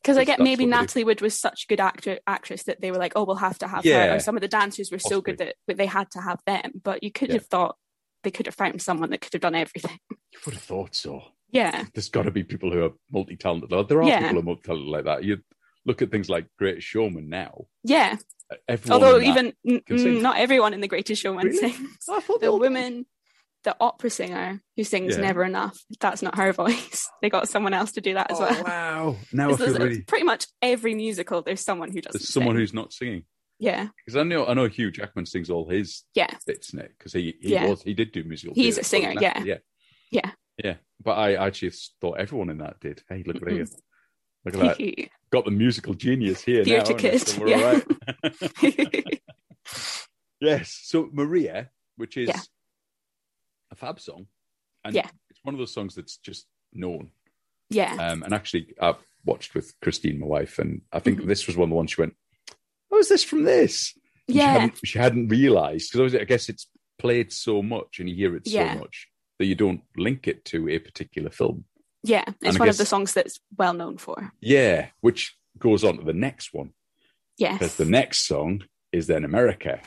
B: because
A: That's-
B: I get
A: that's
B: maybe
A: what they do.
B: Natalie Wood was such a good actor actress that they were like, oh, we'll have to have her.
A: Yeah.
B: Or some of the dancers were
A: Possibly.
B: so good that but they had to have them. But you could
A: Yeah.
B: have thought they could have found someone that could have done everything.
A: You would have thought so.
B: Yeah,
A: There's got to be people who are multi talented. There are
B: Yeah.
A: people who are multi talented like that. You look at things like Great Showman now.
B: yeah.
A: Everyone
B: Although
A: in that-
B: even n-
A: can sing.
B: mm, not everyone in The Greatest Showman
A: Really?
B: sings.
A: I thought they
B: The
A: all-
B: woman, the opera singer who sings
A: Yeah.
B: "Never Enough," that's not her voice. They got someone else to do that as
A: Oh,
B: well.
A: wow. Now I
B: It's-
A: feel
B: it's-
A: really.
B: Pretty much every musical, there's someone who doesn't.
A: There's someone
B: sing.
A: who's not singing.
B: yeah,
A: Because I know, I know Hugh Jackman sings all his
B: yeah,
A: bits in it because he, he
B: Yeah.
A: was he did do musical.
B: He's
A: theatre,
B: a singer,
A: but an actor, yeah,
B: Yeah.
A: yeah. But I actually thought everyone in that did. Hey, look at
B: Mhm.
A: here, look at that. Got the musical genius here now.
B: Theatre
A: haven't
B: kid,
A: I? So we're
B: yeah.
A: all right. Yes. So Maria, which is
B: Yeah.
A: a fab song, and
B: Yeah.
A: it's one of those songs that's just known.
B: yeah,
A: Um, and actually, I watched with Christine, my wife, and I think
B: Mm-hmm.
A: this was one of the ones she went, "Oh, is this from this?" And
B: yeah.
A: She hadn't, she hadn't realized because I guess it's played so much and you hear it
B: Yeah.
A: so much that you don't link it to a particular film.
B: Yeah,
A: And
B: it's
A: I
B: one
A: guess-
B: of the songs that's well known for.
A: Yeah, which goes on to the next one because
B: Yes.
A: the next song is then America.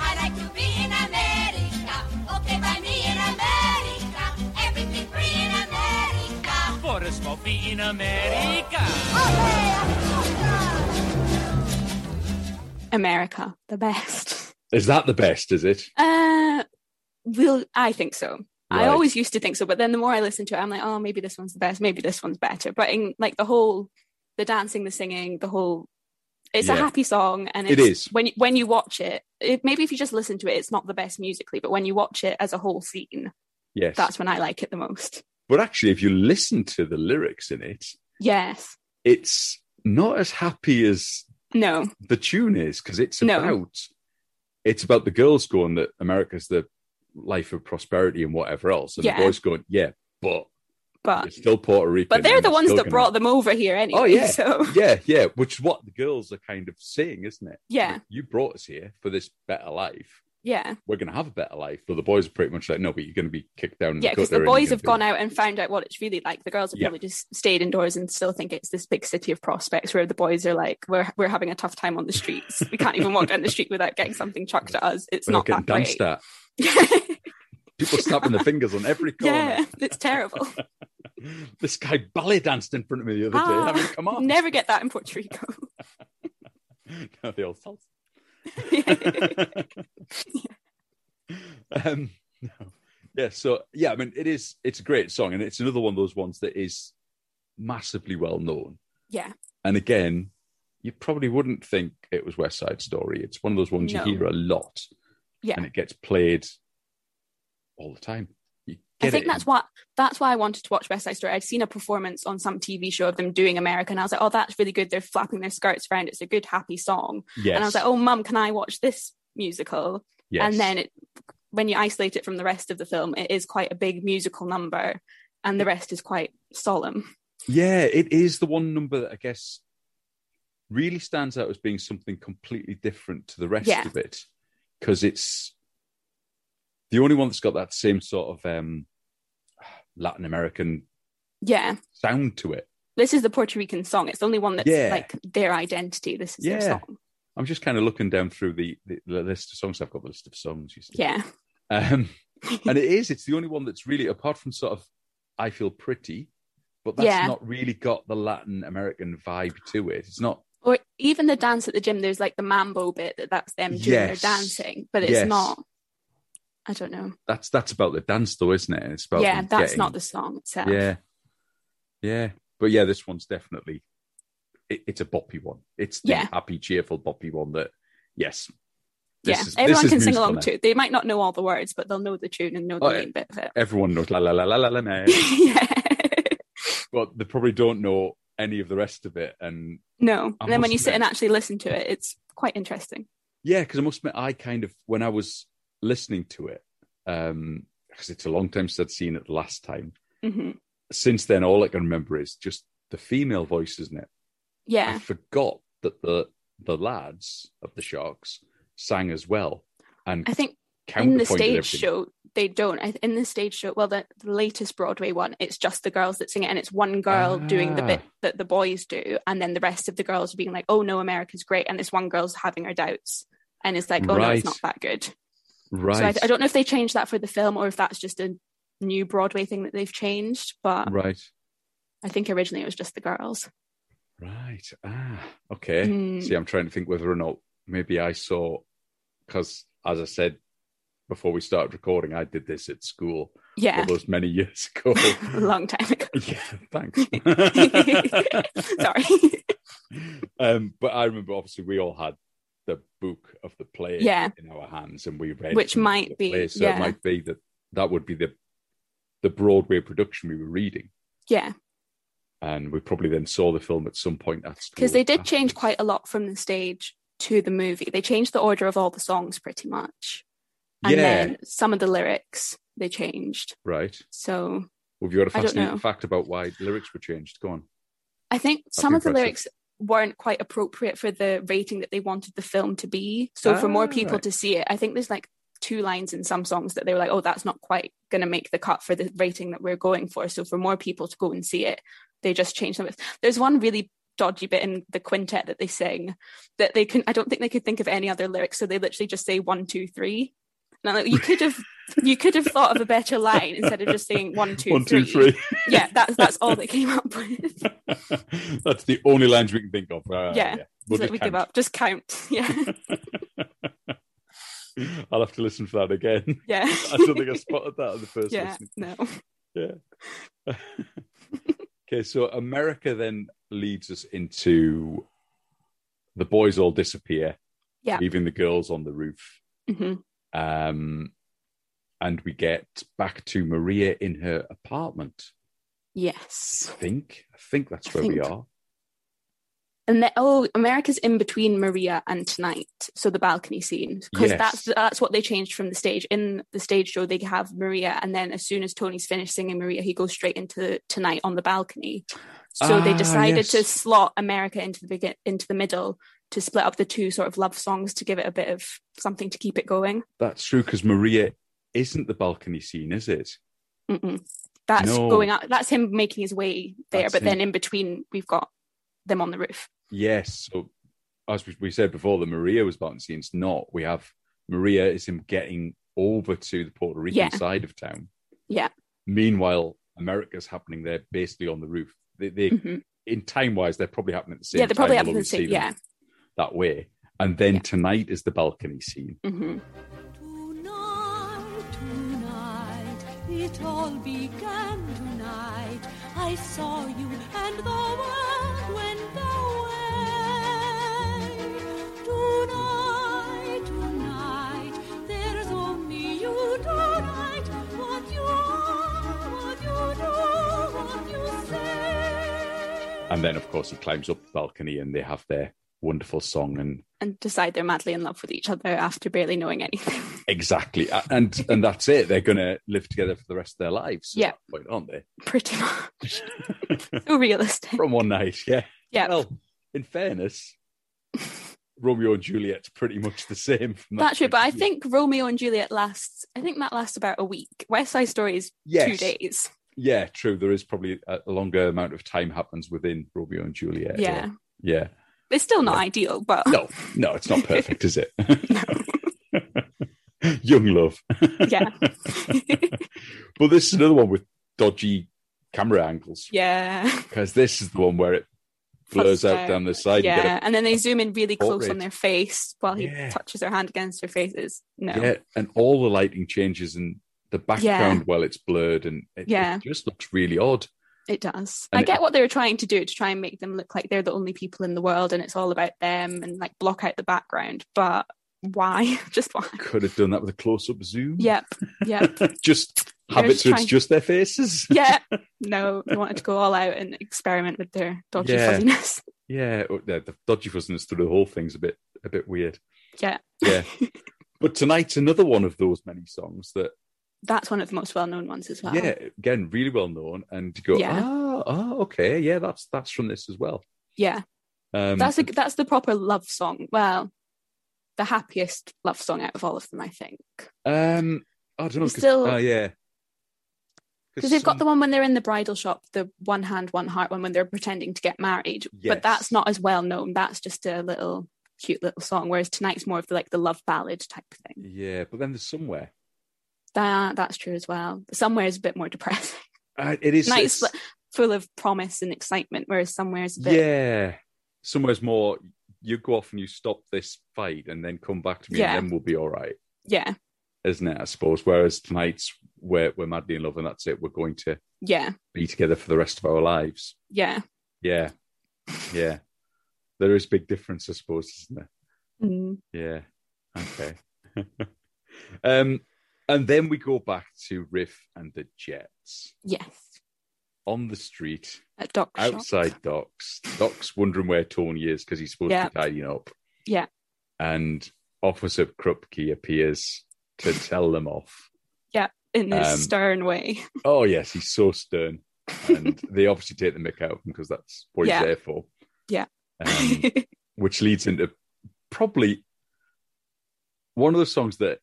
D: I like to be in America. Okay, by me in America. Everything free in America. Oh,
C: For a small fee in America.
D: Okay, America.
B: America, the best.
A: Is that the best? Is it?
B: Uh, will I think so? I
A: Right.
B: always used to think so, but then the more I listen to it, I'm like, oh, maybe this one's the best, maybe this one's better. But in like the whole, the dancing, the singing, the whole, it's a
A: Yeah.
B: happy song, and it's,
A: It is.
B: when you, when you watch it, it. Maybe if you just listen to it, it's not the best musically, but when you watch it as a whole scene,
A: Yes.
B: that's when I like it the most.
A: But actually, if you listen to the lyrics in it,
B: Yes.
A: it's not as happy as
B: No.
A: the tune is because it's
B: No.
A: about it's about the girls going that America's the life of prosperity and whatever else, and
B: Yeah.
A: the boys going, yeah, but
B: But
A: it's still Puerto Rican.
B: but they're
A: and
B: the
A: it's
B: ones
A: still
B: that
A: gonna-
B: brought them over here anyway.
A: Oh, yeah.
B: So
A: Yeah, yeah, which is what the girls are kind of saying, isn't it?
B: Yeah.
A: Like, you brought us here for this better life.
B: yeah.
A: We're going to have a better life. But the boys are pretty much like, no, but you're going to be kicked down. in
B: Yeah, because
A: gutter
B: the
A: and you're
B: boys
A: gonna
B: have
A: be-"
B: gone out and found out what it's really like. The girls have
A: Yeah.
B: probably just stayed indoors and still think it's this big city of prospects where the boys are like, we're we're having a tough time on the streets. we can't even walk down the street without getting something chucked at us. It's
A: We're
B: not
A: getting
B: that great.
A: danced at. People snapping their fingers on every corner.
B: yeah, it's terrible.
A: This guy ballet danced in front of me the other
B: Ah,
A: day. I mean, come on.
B: Never get that in Puerto Rico.
A: no, they all felt
B: yeah.
A: um, no. Yeah, so yeah, I mean, it is. It's a great song, and it's another one of those ones that is massively well known.
B: Yeah.
A: And again, you probably wouldn't think it was West Side Story. It's one of those ones
B: No.
A: you hear a lot, and it gets played all the time. You
B: I
A: get
B: think
A: it
B: that's
A: in-
B: what that's why I wanted to watch West Side Story. I'd seen a performance on some TV show of them doing America, and I was like, "Oh, that's really good. They're flapping their skirts around. It's a good, happy song."
A: yes.
B: And I was like, "Oh, mum, can I watch this musical?"
A: yes.
B: And then it, when you isolate it from the rest of the film, it is quite a big musical number, and the rest is quite solemn.
A: yeah, it is the one number that I guess really stands out as being something completely different to the rest
B: Yeah.
A: of it because it's the only one that's got that same sort of um, Latin American
B: Yeah,
A: sound to it.
B: this is the Puerto Rican song. It's the only one that's
A: Yeah.
B: like their identity. This is their
A: Yeah.
B: song.
A: I'm just kind of looking down through the, the, the list of songs. I've got the list of songs. You see.
B: Yeah,
A: Um, and it is. It's the only one that's really, apart from sort of "I Feel Pretty," but that's
B: Yeah.
A: not really got the Latin American vibe to it. It's not.
B: or even the dance at the gym. There's like the mambo bit that that's them doing
A: Yes.
B: their dancing, but it's
A: Yes.
B: not. I don't know.
A: That's that's about the dance, though, isn't it? It's about
B: yeah
A: them
B: that's
A: getting-
B: not the song itself
A: Yeah. Yeah. But yeah, this one's definitely it, it's a boppy one. It's the
B: Yeah.
A: happy, cheerful boppy one that yes, This
B: yeah,
A: is- this
B: everyone
A: is
B: can sing
A: musical
B: along
A: now.
B: to it. They might not know all the words, but they'll know the tune and know the
A: Oh,
B: main bit of it.
A: Everyone knows la la la la la la la,
B: yeah.
A: but they probably don't know any of the rest of it. And
B: No.
A: I
B: and then when
A: must
B: you sit and
A: admit-
B: actually listen to it, it's quite interesting.
A: yeah, because I must admit, I kind of when I was listening to it, because it's a long time since I'd seen it the last time. Mm-hmm.
B: hmm
A: Since then, all I can remember is just the female voice, isn't it? I
B: Yeah.
A: forgot that the the lads of the Sharks sang as well and
B: I think in
A: counterpointed
B: the stage
A: everything.
B: show, they don't. I, in the stage show, well, the, the latest Broadway one, it's just the girls that sing it, and it's one girl doing the bit
A: Ah.
B: that the boys do, and then the rest of the girls are being like, "Oh no, America's great," and this one girl's having her doubts, and it's like, "Oh no,
A: Right.
B: it's not that good."
A: Right.
B: So I, I don't know if they changed that for the film or if that's just a new Broadway thing that they've changed, but
A: Right.
B: I think originally it was just the girls.
A: Right. Ah. Okay.
B: Mm.
A: See, I'm trying to think whether or not maybe I saw because as I said before we started recording, I did this at school
B: Yeah,
A: all those many years ago.
B: a long time ago.
A: yeah, thanks.
B: Sorry.
A: um, but I remember obviously we all had the book of the play
B: Yeah.
A: in our hands and we read
B: Which
A: from
B: might
A: the
B: be-
A: play. so it
B: yeah.
A: might be that that would be the the Broadway production we were reading.
B: yeah.
A: And we probably then saw the film at some point at school.
B: because they did change
A: afterwards.
B: quite a lot from the stage to the movie. They changed the order of all the songs pretty much, and
A: yeah,
B: then some of the lyrics they changed.
A: right.
B: So
A: Well, have you got a
B: I don't
A: fascinating
B: know.
A: fact about why lyrics were changed? Go on.
B: I think some of the
A: impressive.
B: lyrics weren't quite appropriate for the rating that they wanted the film to be. So for more
A: Ah,
B: people
A: right.
B: to see it, I think there's like two lines in some songs that they were like, "Oh, that's not quite going to make the cut for the rating that we're going for." So for more people to go and see it, they just changed them. There's one really dodgy bit in the quintet that they sing that they can. I don't think they could think of any other lyrics, so they literally just say one, two, three. And I'm like, you could have. You could have thought of a better line instead of just saying one, two, three.
A: One, two, three.
B: Yeah, that's that's all they came up with.
A: That's the only lines we can think of. Ah,
B: Yeah.
A: We'll
B: Just let
A: just
B: me give
A: count.
B: up. Just count. Yeah.
A: I'll have to listen for that again.
B: Yeah.
A: I don't think I spotted that on the first
B: Yeah.
A: listen.
B: No.
A: Okay, so America then leads us into the boys all disappear,
B: Yeah.
A: leaving the girls on the roof.
B: hmm
A: Um, and we get back to Maria in her apartment.
B: Yes.
A: I think. I think that's
B: I
A: where we
B: think.
A: are.
B: And then, oh, America's in between Maria and tonight. So the balcony scene, because
A: Yes.
B: that's that's what they changed from the stage. In the stage show, they have Maria, and then as soon as Tony's finished singing Maria, he goes straight into tonight on the balcony. So they
A: Ah,
B: decided to
A: yes.
B: slot America into the begin- into the middle to split up the two sort of love songs to give it a bit of something to keep it going.
A: That's true because Maria isn't the balcony scene, is it?
B: Mm-mm. That's
A: No.
B: going up. That's him making his way there.
A: That's
B: but then
A: him.
B: in between, we've got them on the roof.
A: Yes. So, as we- we said before, that Maria was balcony scene. It's not. We have Maria is him getting over to the Puerto Rican
B: Yeah.
A: side of town.
B: Yeah.
A: Meanwhile, America's happening there, basically on the roof. They, they
B: hmm
A: in time wise, they're probably happening at the same.
B: Yeah, they probably
A: time,
B: have the
A: although we
B: same.
A: see them
B: Yeah.
A: That way, and then
B: Yeah.
A: tonight is the balcony scene.
B: hmm
E: Tonight, tonight, it all began tonight. I saw you and the world went away. Tonight, tonight, there's only you tonight. What you are, what you do, what you say.
A: And then, of course, he climbs up the balcony, and they have their wonderful song and
B: And decide they're madly in love with each other after barely knowing anything.
A: Exactly, A- and and that's it. They're going to live together for the rest of their lives. at
B: Yeah.
A: that point, aren't they?
B: Pretty much. so realistic.
A: From one night, yeah.
B: Yeah.
A: Well, in fairness, Romeo and Juliet's pretty much the same. From that
B: That's true.
A: point
B: But I
A: of view.
B: think Romeo and Juliet lasts, I think that lasts about a week. West Side Story is
A: yes,
B: two days.
A: yeah, true. There is probably a a longer amount of time happens within Romeo and Juliet. or-
B: Yeah.
A: yeah.
B: It's still not
A: Yeah.
B: ideal, but
A: No, no, it's not perfect, is it? Young love.
B: yeah.
A: But this is another one with dodgy camera angles
B: Yeah.
A: because this is the one where it blurs out down the side. You get a
B: Yeah. And then they zoom in really
A: Portrait.
B: close on their face while he
A: Yeah.
B: touches their hand against their faces. No.
A: Yeah, and all the lighting changes and the background while it's blurred and it, it
B: Yeah.
A: just looks really odd.
B: It does.
A: And
B: I
A: it-
B: get what they were trying to do to try and make them look like they're the only people in the world and it's all about them and like block out the background, but why? Just why?
A: Could have done that with a close up zoom.
B: Yep. Yep.
A: just have
B: They're
A: it so it's
B: trying-
A: just their faces.
B: yeah. No, they wanted to go all out and experiment with their dodgy
A: Yeah.
B: fuzziness.
A: Yeah, oh, the, the dodgy fuzziness through the whole thing's a bit a bit weird.
B: Yeah.
A: Yeah. but tonight's another one of those many songs that
B: That's one of the most well known ones as well.
A: yeah, again, really well known and you go,
B: Yeah.
A: ah, oh, okay, yeah, that's that's from this as well.
B: Yeah.
A: Um
B: That's a, that's the proper love song. Well, the happiest love song out of all of them, I think.
A: um I don't know, 'cause-
B: Still-
A: oh yeah.
B: Because they've got the one when they're in the bridal shop, the one hand, one heart one when they're pretending to get married.
A: Yes.
B: But that's not as well known. That's just a little cute little song. Whereas tonight's more of the, like the love ballad type thing.
A: Yeah, but then there's somewhere.
B: That that's true as well. Somewhere is a bit more depressing,
A: Uh, it is
B: Nice,
A: it's-
B: full of promise and excitement. Whereas somewhere is a bit
A: Yeah. Somewhere's more you go off and you stop this fight and then come back to me
B: Yeah.
A: and then we'll be all right.
B: yeah
A: isn't it? I suppose. Whereas tonight's we're we're madly in love and that's it. We're going to
B: yeah
A: be together for the rest of our lives.
B: yeah.
A: Yeah, yeah. There is big difference, I suppose, isn't there?
B: Mm.
A: Yeah. Okay. um, and then we go back to Riff and the Jets
B: Yes,
A: on the street
B: at Doc Shop.
A: outside Doc's. Doc's wondering where Tony is because he's supposed to
B: Yeah.
A: be tidying up.
B: Yeah.
A: And Officer Krupke appears to tell them off.
B: in his
A: um,
B: stern way.
A: Oh yes, he's so stern, and they obviously take the mick out of him because that's what
B: Yeah.
A: he's there for.
B: Yeah.
A: um, which leads into probably one of those songs that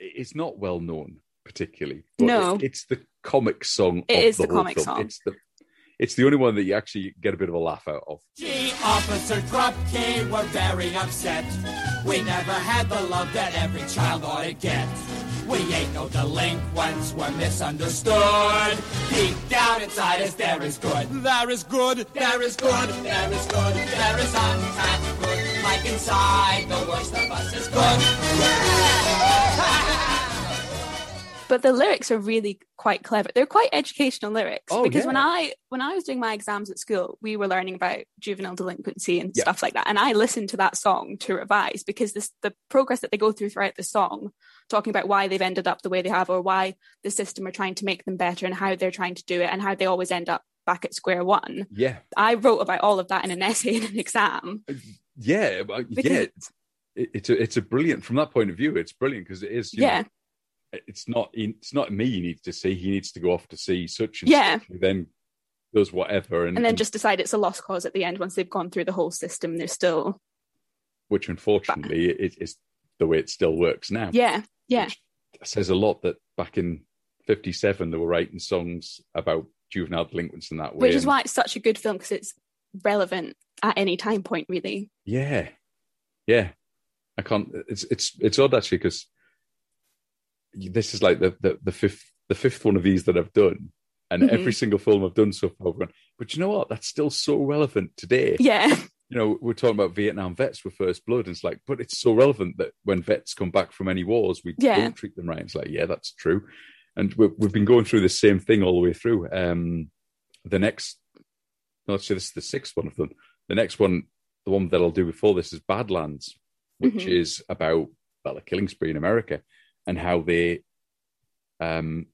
A: it's not well known particularly. but
B: No.
A: it- it's the comic song.
B: It
A: of
B: is
A: the,
B: the
A: whole
B: comic
A: film.
B: song.
A: It's the it's the only one that you actually get a bit of a laugh out of.
C: Gee, Officer Krupke, we're very upset. We never had the love that every child ought to get. We ain't no delinquents, we're misunderstood. Deep down inside us, there is good. There is good, there is good, there is good, there is untapped good. Like inside, the worst of us is good.
B: but the lyrics are really quite clever they're quite educational lyrics
A: Oh,
B: because when
A: yeah.
B: i when i was doing my exams at school we were learning about juvenile delinquency and
A: Yeah.
B: stuff like that and i listened to that song to revise because this the progress that they go through throughout the song talking about why they've ended up the way they have or why the system are trying to make them better and how they're trying to do it and how they always end up back at square one
A: Yeah,
B: i wrote about all of that in an essay in an exam
A: yeah, well,
B: Because-
A: yeah. It, it's a it's a brilliant from that point of view. It's brilliant because it is. You know,
B: yeah
A: it's not it's not me he needs to see. He needs to go off to see such and
B: Yeah.
A: such, who then does whatever and,
B: and then just decide it's a lost cause at the end once they've gone through the whole system they're still
A: which unfortunately it is the way it still works now.
B: yeah yeah.
A: Which says a lot that back in fifty seven they were writing songs about juvenile delinquents in that way.
B: which is
A: and-
B: why it's such a good film because it's relevant at any time point really
A: Yeah. Yeah. I can't it's it's it's odd actually because this is like the, the the fifth the fifth one of these that I've done. And
B: Mhm.
A: every single film I've done so far, I've gone, but you know what? That's still so relevant today.
B: yeah
A: you know, we're talking about Vietnam vets with first blood, and it's like, but it's so relevant that when vets come back from any wars, we
B: Yeah.
A: don't treat them right. It's like, yeah, that's true. And we we've been going through the same thing all the way through. Um, the next, no, actually, this is the sixth one of them. The next one, the one that I'll do before this is Badlands, which
B: Mhm.
A: is about well, a killing spree in America and how they um,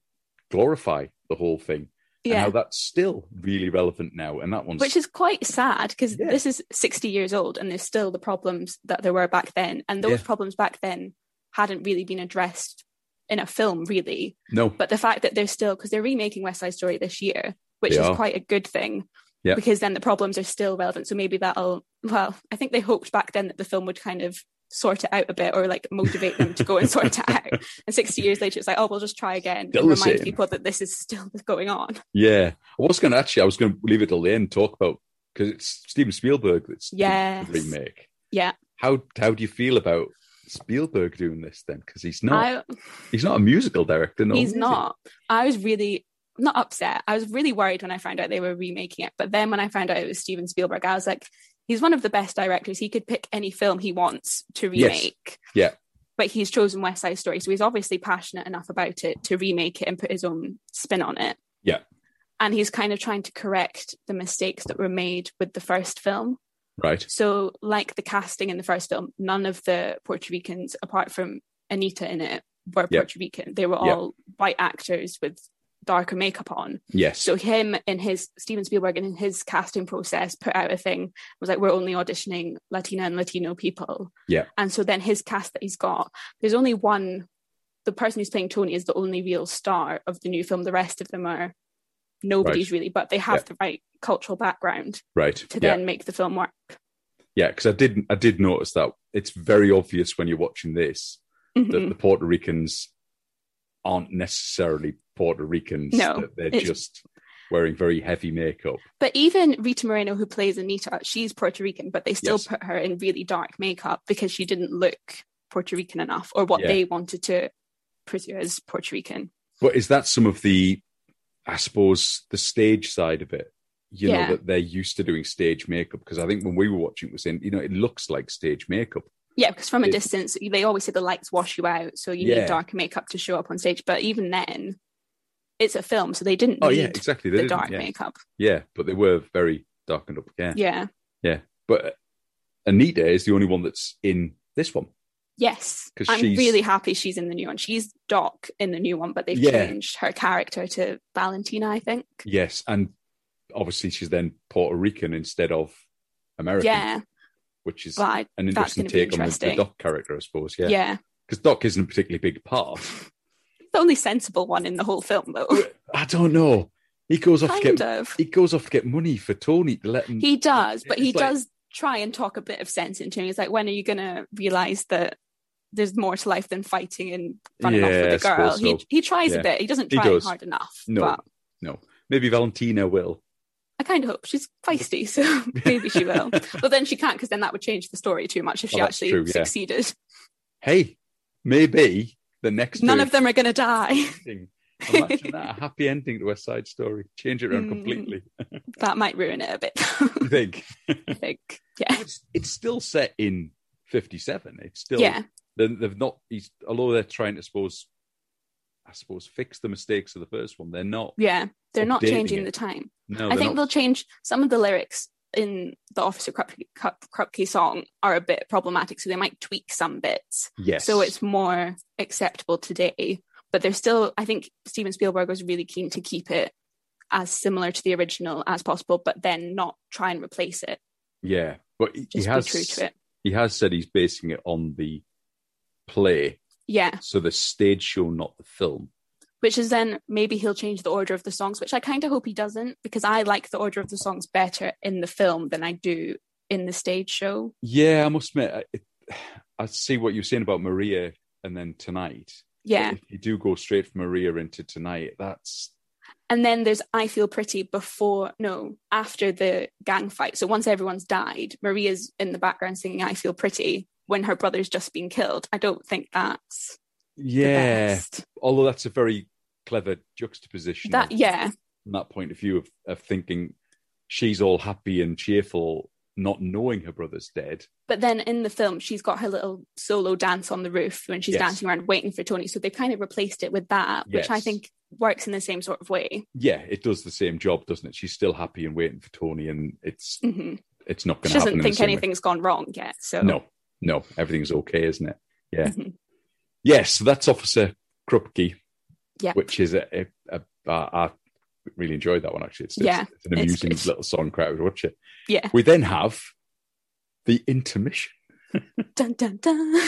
A: glorify the whole thing. And
B: yeah
A: how that's still really relevant now. And that one's
B: which is quite sad because
A: Yeah.
B: this is 60 years old and there's still the problems that there were back then and those
A: Yeah.
B: problems back then hadn't really been addressed in a film really
A: no,
B: but the fact that they're still because they're remaking west side story this year which
A: They
B: is
A: are.
B: quite a good thing
A: Yeah.
B: because then the problems are still relevant so maybe that'll well i think they hoped back then that the film would kind of sort it out a bit or like motivate them to go and sort it out And 60 years later, it's like, oh, we'll just try again
A: Still
B: and
A: the
B: remind
A: same.
B: people that this is still going on.
A: Yeah, I was going to actually. I was going to leave it till the end talk about because it's Steven Spielberg that's doing
B: Yes.
A: the remake.
B: Yeah.
A: How how do you feel about Spielberg doing this then? Because he's not
B: I,
A: he's not a musical director. No, is
B: he's
A: he?
B: not. I was really not upset. I was really worried when I found out they were remaking it. But then when I found out it was Steven Spielberg, I was like, he's one of the best directors. He could pick any film he wants to
A: Yes.
B: remake.
A: Yeah.
B: But he's chosen West Side Story. So he's obviously passionate enough about it to remake it and put his own spin on it.
A: Yeah.
B: And he's kind of trying to correct the mistakes that were made with the first film.
A: Right.
B: So, like the casting in the first film, none of the Puerto Ricans, apart from Anita in it, were
A: Yeah.
B: Puerto Rican. They were
A: Yeah.
B: all white actors with darker makeup on.
A: Yes.
B: So him and his Steven Spielberg and his casting process put out a thing was like we're only auditioning Latina and Latino people.
A: Yeah.
B: And so then his cast that he's got, there's only one the person who's playing Tony is the only real star of the new film. The rest of them are nobody's really, but they have
A: Yeah.
B: the right cultural background
A: right.
B: to
A: yeah.
B: then make the film work.
A: Yeah. Because I did. I did notice that it's very obvious when you're watching this that
B: Mhm.
A: the Puerto Ricans aren't necessarily Puerto Ricans.
B: No,
A: That they're
B: it's-
A: just wearing very heavy makeup.
B: But even Rita Moreno, who plays Anita, she's Puerto Rican, but they still
A: Yes.
B: put her in really dark makeup because she didn't look Puerto Rican enough or what
A: Yeah.
B: they wanted to pursue as Puerto Rican.
A: But is that some of the, I suppose, the stage side of it? You
B: Yeah.
A: know, that they're used to doing stage makeup. Because I think when we were watching, it was in, you know, it looks like stage makeup.
B: Yeah, because from a
A: It-
B: distance, they always say the lights wash you out, so you
A: Yeah.
B: need dark makeup to show up on stage. But even then, it's a film, so they didn't
A: Oh,
B: need
A: yeah, exactly. They
B: the
A: didn't,
B: dark
A: yeah.
B: makeup.
A: yeah, but they were very darkened up. Yeah.
B: Yeah.
A: But uh, Anita is the only one that's in this one.
B: Yes.
A: 'Cause
B: I'm
A: she's-
B: really happy she's in the new one. She's Doc in the new one, but they've
A: Yeah.
B: changed her character to Valentina, I think.
A: Yes. And obviously she's then Puerto Rican instead of American,
B: Yeah.
A: which is
B: But I
A: an
B: that's
A: interesting
B: gonna be
A: take on the- the,
B: interesting.
A: Doc character, I suppose. Yeah.
B: yeah.
A: Because Doc isn't a particularly big part.
B: the only sensible one in the whole film, though.
A: I don't know. He goes off to
B: kind
A: get
B: of.
A: he goes off to get money for Tony to let him.
B: He does, but he
A: Mm. It's like-
B: does try and talk a bit of sense into him. He's like, when are you going to realize that there's more to life than fighting and running off
A: Yeah,
B: with a
A: I
B: girl?
A: suppose
B: He,
A: so.
B: he tries
A: Yeah.
B: a bit. He doesn't
A: He
B: try
A: does.
B: hard enough.
A: No.
B: But
A: Maybe Valentina will.
B: I kind of hope she's feisty, so maybe she will. But then she can't, because then that would change the story too much if she
A: Oh, that's
B: actually
A: true, yeah.
B: succeeded.
A: Hey, maybe the next
B: None of
A: version-
B: them are going to die.
A: Imagine that a happy ending to West Side Story. Change it around
B: Mm.
A: completely.
B: that might ruin it a bit.
A: You think
B: I think. Yeah.
A: it's, it's still set in '57. It's still
B: Yeah.
A: they- They've not. He's, although they're trying to suppose, I suppose, fix the mistakes of the first one. They're not.
B: Yeah. They're not
A: Updating
B: changing
A: it.
B: the time.
A: No,
B: I
A: they're
B: think
A: not-
B: they'll change some of the lyrics in the Officer Krupke, Krup- Krupke song are a bit problematic, so they might tweak some bits
A: Yes.
B: so it's more acceptable today. But they're still, I think Steven Spielberg was really keen to keep it as similar to the original as possible, but then not try and replace it.
A: yeah, but he, he
B: Just
A: has
B: be true to it.
A: he has said he's basing it on the play,
B: Yeah,
A: so the stage show, not the film.
B: which is then maybe he'll change the order of the songs, which I kind of hope he doesn't because I like the order of the songs better in the film than I do in the stage show.
A: Yeah, I must admit, I, it, I see what you're saying about Maria, and then tonight. But
B: Yeah.
A: If you do go straight from Maria into tonight, that's
B: And then there's I Feel Pretty before, no, after the gang fight. So once everyone's died, Maria's in the background singing I Feel Pretty when her brother's just been killed. I don't think that's the
A: yeah.
B: best.
A: Although that's a very clever juxtaposition.
B: That,
A: of-
B: yeah,
A: From that point of view of, of thinking she's all happy and cheerful, not knowing her brother's dead.
B: but then in the film, she's got her little solo dance on the roof when she's
A: Yes.
B: dancing around waiting for Tony. So they've kind of replaced it with that, which I
A: Yes.
B: think works in the same sort of way.
A: Yeah, it does the same job, doesn't it? She's still happy and waiting for Tony, and it's
B: hmm
A: it's not
B: She
A: going to happen.
B: doesn't
A: in the
B: think
A: same way.
B: anything's gone wrong yet. So
A: No, no, everything's okay, isn't it? Yeah.
B: Mhm.
A: Yes, so that's Officer Krupke,
B: Yep.
A: which is a, a, a, a I really enjoyed that one actually. It's,
B: Yeah,
A: it's, it's an
B: it's
A: amusing
B: good.
A: little song. Crowd would watch it.
B: Yeah.
A: We then have the intermission.
B: Dun, dun, dun.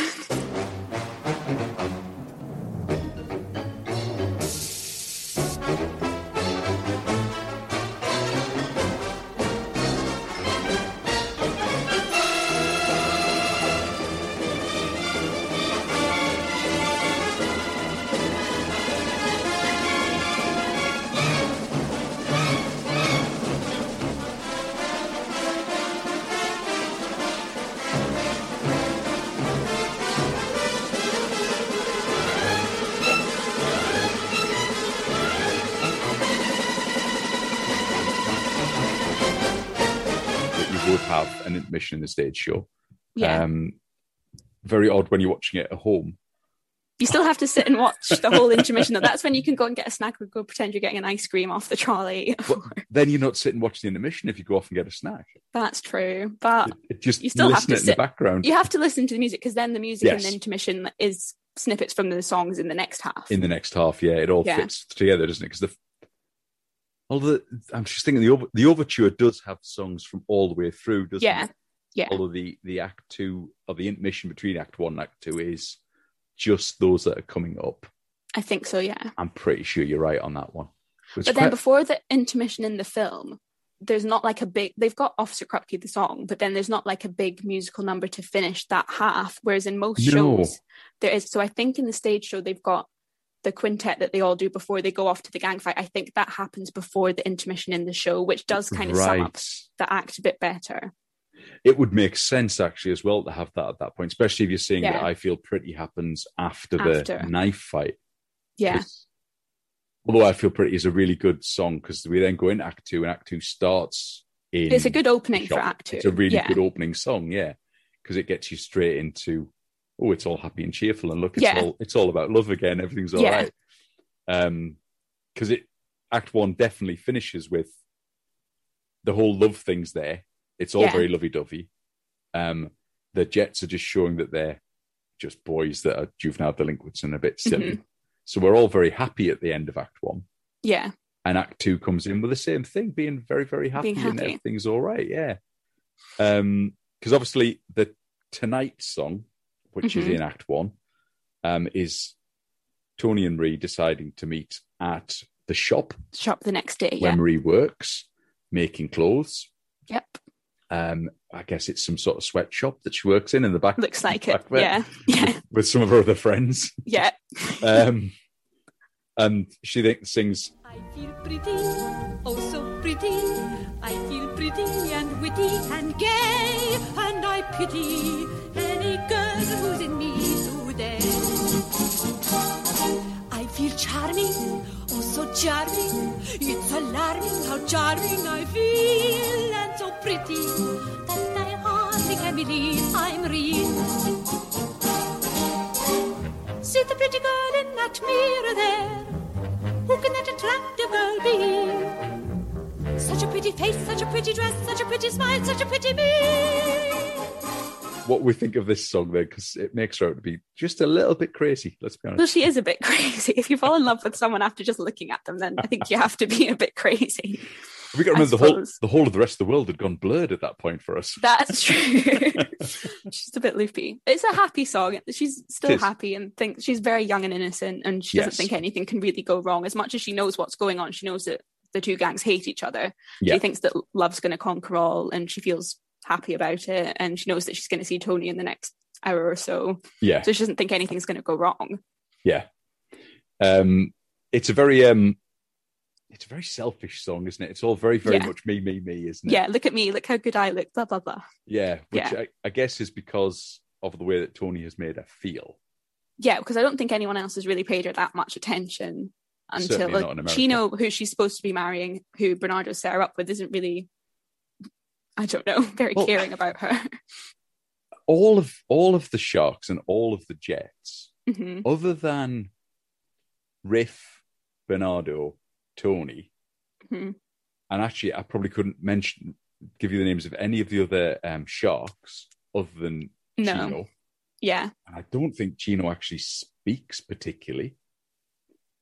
A: that you would have an intermission in the stage show.
B: Yeah.
A: Um, very odd when you're watching it at home
B: You still have to sit and watch the whole intermission. Though. That's when you can go and get a snack or go pretend you're getting an ice cream off the trolley.
A: Well, then you're not sitting watching the intermission if you go off and get a snack.
B: That's true. But
A: It, it just
B: you still
A: listen
B: have to
A: it in the
B: sit-
A: background
B: you have to listen to the music because then the music in
A: Yes.
B: the intermission is snippets from the songs in the next half.
A: in the next half. Yeah, it all
B: Yeah.
A: fits together, doesn't it? Because the although I'm just thinking the over, the overture does have songs from all the way through, doesn't
B: yeah.
A: it?
B: Yeah.
A: Although the the act two or the intermission between act one and act two is just those that are coming up.
B: I think so, yeah.
A: I'm pretty sure you're right on that one. It's
B: But then
A: quite-
B: before the intermission in the film, there's not like a big. They've got Officer Krupke the song, but then there's not like a big musical number to finish that half. Whereas in most
A: No.
B: shows, there is. So I think in the stage show they've got the quintet that they all do before they go off to the gang fight. I think that happens before the intermission in the show, which does kind of sum up
A: Right.
B: the act a bit better.
A: it would make sense actually as well to have that at that point, especially if you're seeing that
B: Yeah.
A: I feel pretty happens after,
B: After.
A: the knife fight.
B: Yeah,
A: 'Cause- Although I feel pretty is a really good song because we then go into Act Two and Act Two starts in.
B: it's a good opening for
A: shop.
B: Act Two.
A: It's a really
B: yeah.
A: good opening song, yeah, because it gets you straight into oh, it's all happy and cheerful, and look, it's
B: Yeah.
A: all it's all about love again. Everything's all
B: Yeah.
A: right. Um, because it Act One definitely finishes with the whole love thing's there. It's all
B: Yeah.
A: very lovey dovey. Um, the Jets are just showing that they're just boys that are juvenile delinquents and a bit silly.
B: Mm-hmm.
A: So we're all very happy at the end of Act One
B: Yeah,
A: and Act Two comes in with the same thing, being very, very happy,
B: Being
A: and
B: happy.
A: everything's all right. Yeah, um, because obviously the Tonight song, which is
B: Mhm.
A: in Act One, um, is Tony and Ree deciding to meet at the shop
B: shop the next day.
A: where
B: Yeah,
A: Marie works, making clothes.
B: yep,
A: Um, I guess it's some sort of sweatshop that she works in in the back.
B: looks like it.
A: back there
B: Yeah, yeah,
A: With, with some of her other friends.
B: yeah.
A: Um, and she then sings
E: I feel pretty, oh so pretty. I feel pretty and witty and gay, and I pity any girl who's in me today. I feel charming, oh so charming. It's alarming how charming I feel, and so pretty that I hardly can believe I'm real. See the pretty girl in that mirror there. Who can that attractive girl be? Such a pretty face, such a pretty dress, such a pretty smile, such a pretty me.
A: what we think of this song then because it makes her out to be just a little bit crazy let's be honest
B: Well, she is a bit crazy. If you fall in love with someone after just looking at them, then I think you have to be a bit crazy.
A: we got to
B: I
A: remember the whole
B: suppose.
A: the whole of the rest of the world had gone blurred at that point for us
B: That's true. she's a bit loopy. It's a happy song. She's
A: It
B: still
A: is.
B: happy and thinks she's very young and innocent, and she
A: Yes.
B: doesn't think anything can really go wrong. As much as she knows what's going on, she knows that the two gangs hate each other.
A: Yeah.
B: She thinks that love's going to conquer all, and she feels happy about it. And she knows that she's going to see Tony in the next hour or so,
A: yeah
B: so she doesn't think anything's going to go wrong.
A: yeah um it's a very um it's a very selfish song isn't it it's all very very
B: Yeah.
A: much me me me isn't it
B: Yeah, look at me, look how good I look, blah blah blah.
A: yeah which
B: Yeah.
A: I, I guess is because of the way that tony has made her feel
B: yeah, because I don't think anyone else has really paid her that much attention until
A: Certainly
B: like,
A: not in America.
B: Chino, who she's supposed to be marrying, who Bernardo set her up with, isn't really, I don't know, very
A: Well-
B: caring about her.
A: all of all of the sharks and all of the jets
B: Mhm.
A: other than Riff, Bernardo, Tony,
B: Mhm.
A: and actually, I probably couldn't mention, give you the names of any of the other um, sharks other than
B: No,
A: Chino.
B: yeah,
A: And I don't think Chino actually speaks particularly.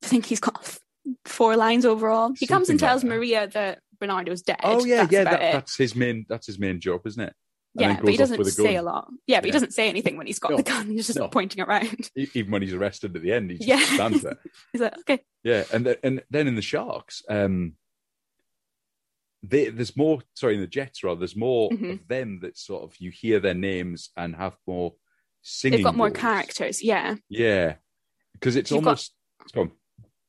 B: I think he's got f- four lines overall. He comes and
A: Something like
B: tells
A: that.
B: Maria that Bernardo's dead.
A: oh yeah,
B: That's
A: yeah,
B: about
A: that,
B: it.
A: that's his main. That's his main job, isn't it? and
B: yeah,
A: then
B: but he
A: goes off
B: doesn't
A: with a
B: say
A: gun.
B: a lot. Yeah, but
A: Yeah.
B: he doesn't say anything when he's got
A: No.
B: the gun. He's just
A: No.
B: pointing around.
A: E- Even when he's arrested at the end, he just
B: Yeah.
A: stands there.
B: He's like, okay,
A: Yeah, and the, and then in the sharks, um, they, there's more. Sorry, in the jets rather, there's more
B: Mhm.
A: of them that sort of you hear their names and have more singing.
B: they've got more
A: roles.
B: characters. Yeah.
A: Yeah, because it's
B: You've got-
A: almost. Go on.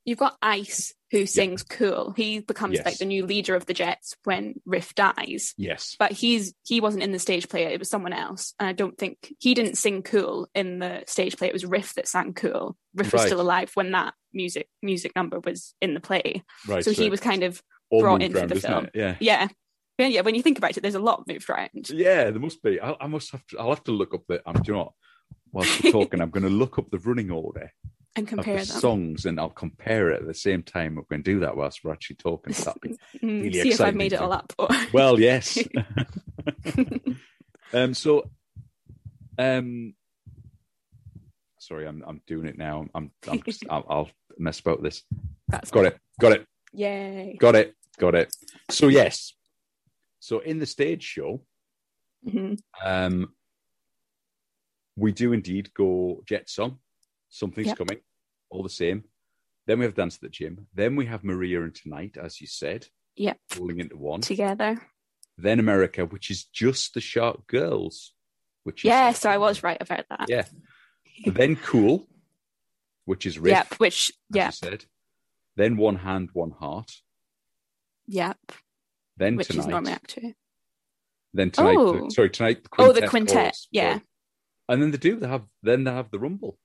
B: you've got Ice who sings cool. He becomes
A: Yes.
B: like the new leader of the Jets when Riff dies.
A: Yes,
B: But he's he wasn't in the stage play, it was someone else. And I don't think he didn't sing cool in the stage play. It was Riff that sang cool. Riff was
A: Right.
B: still alive when that music music number was in the play.
A: right.
B: so he was kind of
A: all
B: brought
A: moved
B: into
A: round,
B: the
A: isn't
B: film.
A: it? Yeah,
B: yeah. Yeah, yeah, when you think about it, there's a lot moved around.
A: yeah. There must be. I, I must have. To, I'll have to look up the. Um, do you know what? whilst we're talking, I'm going to look up the running order
B: and compare
A: of the
B: them.
A: songs and I'll compare it at the same time. We're going to do that whilst we're actually talking. So that'd be
B: Mm,
A: really
B: see if I've
A: exciting
B: made it
A: to-
B: all up. Or...
A: Well, yes. um, so, um, sorry, I'm I'm doing it now. I'm, I'm I'll, I'll mess about this.
B: That's
A: Got it. Got it.
B: Yay.
A: Got it. Got it. So yes. So in the stage show,
B: Mhm.
A: um, we do indeed go jet song. Something's
B: Yep.
A: coming. All the same. Then we have dance at the gym. Then we have Maria and tonight, as you said,
B: Yep.
A: falling into one
B: Together.
A: then America, which is just the Shark Girls, which is
B: Yeah, so I was right about that.
A: yeah. then Cool, which is Riff,
B: Yep, which
A: as
B: yep,
A: you said. Then One Hand, One Heart.
B: yep,
A: Then
B: which
A: tonight.
B: is Norman Act Two.
A: Then tonight.
B: Oh.
A: sorry, tonight. The
B: Oh, the
A: Chorus,
B: Quintet,
A: sorry.
B: yeah.
A: And then they do. They have. Then they have the Rumble.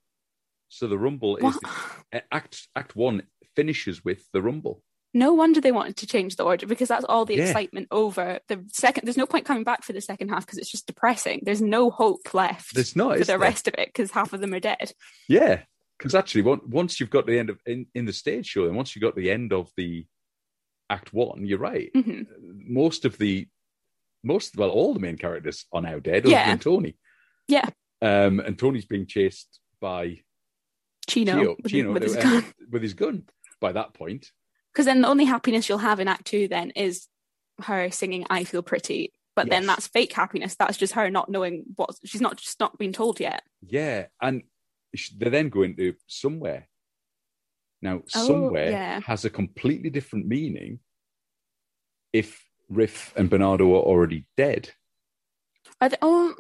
A: So the Rumble is
B: What?
A: the, Act Act One finishes with the Rumble.
B: No wonder they wanted to change the order because that's all the
A: Yeah.
B: excitement over the second. There's no point coming back for the second half because it's just depressing. There's no hope left
A: There's not
B: for
A: is
B: the
A: there?
B: rest of it because half of them are dead.
A: Yeah, because actually, on- once you've got to the end of in, in the stage show, and once you got to the end of the act one, you're right.
B: hmm
A: Most of the most well, all the main characters are now dead, other
B: Yeah.
A: than Tony.
B: Yeah.
A: um, and Tony's being chased by
B: Chino,
A: Chino,
B: with,
A: Chino
B: with his
A: uh,
B: gun.
A: with his gun. By that point,
B: Because then the only happiness you'll have in Act Two then is her singing "I Feel Pretty," but then
A: Yes.
B: that's fake happiness. That's just her not knowing what she's not just not been told yet.
A: yeah, and sh- they then go into somewhere. Now,
B: Oh,
A: somewhere
B: yeah.
A: has a completely different meaning if Riff and Bernardo are already dead.
B: Are they, oh,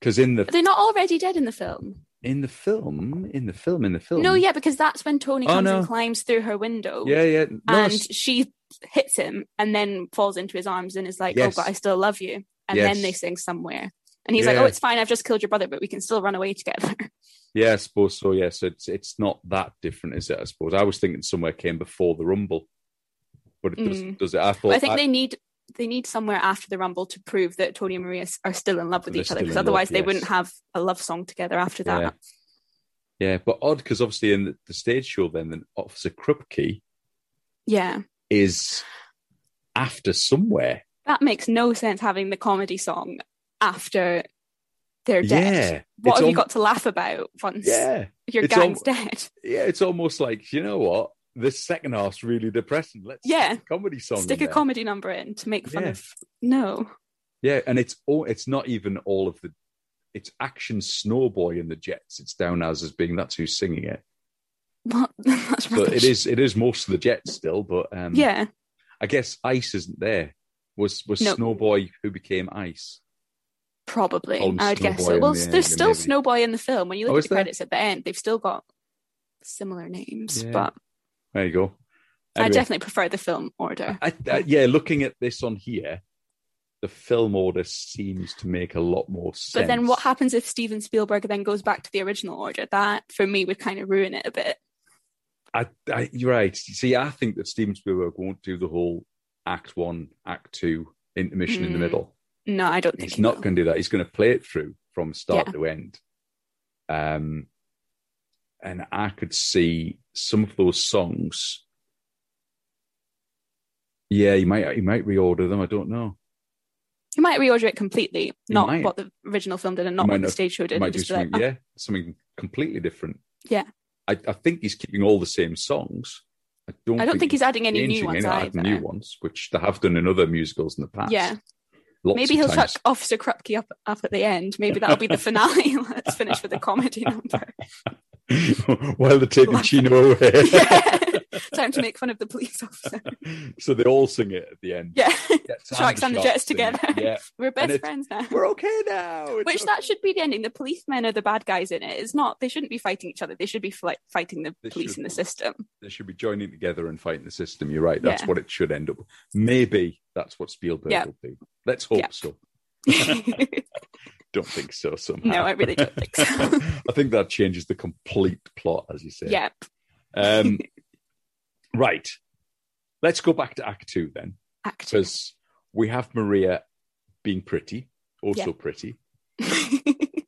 A: Because in the
B: are they not already dead in the film?
A: in the film, in the film, in the film.
B: No, yeah, because that's when Tony
A: Oh,
B: comes
A: no.
B: and climbs through her window.
A: yeah, yeah. No,
B: and
A: it's-
B: she hits him and then falls into his arms and is like,
A: Yes.
B: "Oh, but I still love you." And
A: Yes.
B: then they sing somewhere, and he's like,
A: Yeah.
B: "Oh, it's fine. I've just killed your brother, but we can still run away together."
A: yeah, I suppose so. Yeah, so it's it's not that different, is it? I suppose I was thinking somewhere came before the rumble, but it
B: Mm.
A: does, does it? I thought
B: but I think
A: I-
B: they need they need somewhere after the rumble to prove that Tony and Maria s- are still in love with
A: They're
B: each other,
A: still
B: because
A: in love,
B: otherwise they wouldn't
A: yes.
B: have a love song together after
A: yeah.
B: that.
A: Yeah, but odd because obviously in the, the stage show, then then Officer Krupke
B: Yeah.
A: is after somewhere.
B: that makes no sense having the comedy song after they're dead.
A: Yeah,
B: What
A: it's
B: have you
A: al-
B: got to laugh about once
A: Yeah,
B: your
A: it's
B: gang's
A: al-
B: dead?
A: yeah. It's almost like you know what this second half's really depressing. Let's
B: Yeah.
A: stick a comedy song. in
B: Stick a
A: there.
B: comedy number in to make fun
A: Yeah.
B: of. No.
A: Yeah, and it's all it's not even all of the it's action snowboy in the jets. It's down as as being that's who's singing it.
B: What? That's rubbish.
A: But it is it is most of the jets still, but um
B: Yeah.
A: I guess ice isn't there. Was was
B: No.
A: Snowboy who became ice?
B: Probably,
A: Old
B: I would guess
A: Snowboy
B: so.
A: in
B: Well,
A: the end,
B: there's still
A: maybe.
B: Snowboy in the film. When you
A: Oh,
B: look
A: is
B: at the
A: there?
B: credits at the end, they've still got similar names,
A: Yeah.
B: but
A: There you go.
B: I
A: Anyway,
B: definitely prefer the film order.
A: I, I- yeah, looking at this on here, the film order seems to make a lot more Ah, sense.
B: But then, what happens if Steven Spielberg then goes back to the original order? That for me would kind of ruin it a bit.
A: I, I, you're right. See, I think that Steven Spielberg won't do the whole Act One, Act Two intermission in the
B: Mm.
A: middle.
B: No, I don't think
A: he's
B: he
A: not
B: will.
A: going to do that. He's going to play it through from start
B: Yeah.
A: to end. Um, and I could see some of those songs. Yeah, you might you might reorder them. I don't know.
B: He might reorder it completely,
A: He
B: not
A: might.
B: what the original film did and not
A: might
B: what the
A: not-
B: stage show did.
A: You might
B: and
A: do
B: Just be like, "Oh."
A: something. Yeah, something completely different.
B: Yeah.
A: I, I think he's keeping all the same songs. I don't.
B: "Oh." I don't think he's adding any new
A: changing
B: ones
A: any-
B: either.
A: adding new ones, which they have done in other musicals in the past.
B: Yeah,
A: Lots
B: maybe
A: of
B: he'll
A: times.
B: chuck Officer Krupke up up at the end. Maybe that'll be the finale. Let's finish with a comedy number.
A: while they're taking
B: Laugh.
A: Chino away.
B: Yeah. Time to make fun of the police officer.
A: so they all sing it at the end.
B: Yeah,
A: Jets
B: Sharks and the Jets
A: sing
B: together.
A: it. Yeah,
B: we're
A: And
B: best
A: it's-
B: friends now.
A: we're okay now. It's
B: Which
A: okay.
B: that should be the ending. The policemen are the bad guys in it. It's not. They shouldn't be fighting each other. They should be fli- fighting the
A: They
B: police
A: should
B: and
A: be.
B: the system.
A: they should be joining together and fighting the system. You're right. That's
B: Yeah.
A: what it should end up. Maybe that's what Spielberg
B: Yeah.
A: will do. Let's hope
B: Yeah.
A: so.
B: no,
A: Don't think so somehow.
B: I really don't think so.
A: I think that changes the complete plot, as you say.
B: yeah.
A: Um, right. Let's go back to Act Two then,
B: Actors.
A: because we have Maria being pretty, also
B: Yeah.
A: pretty. Apparently,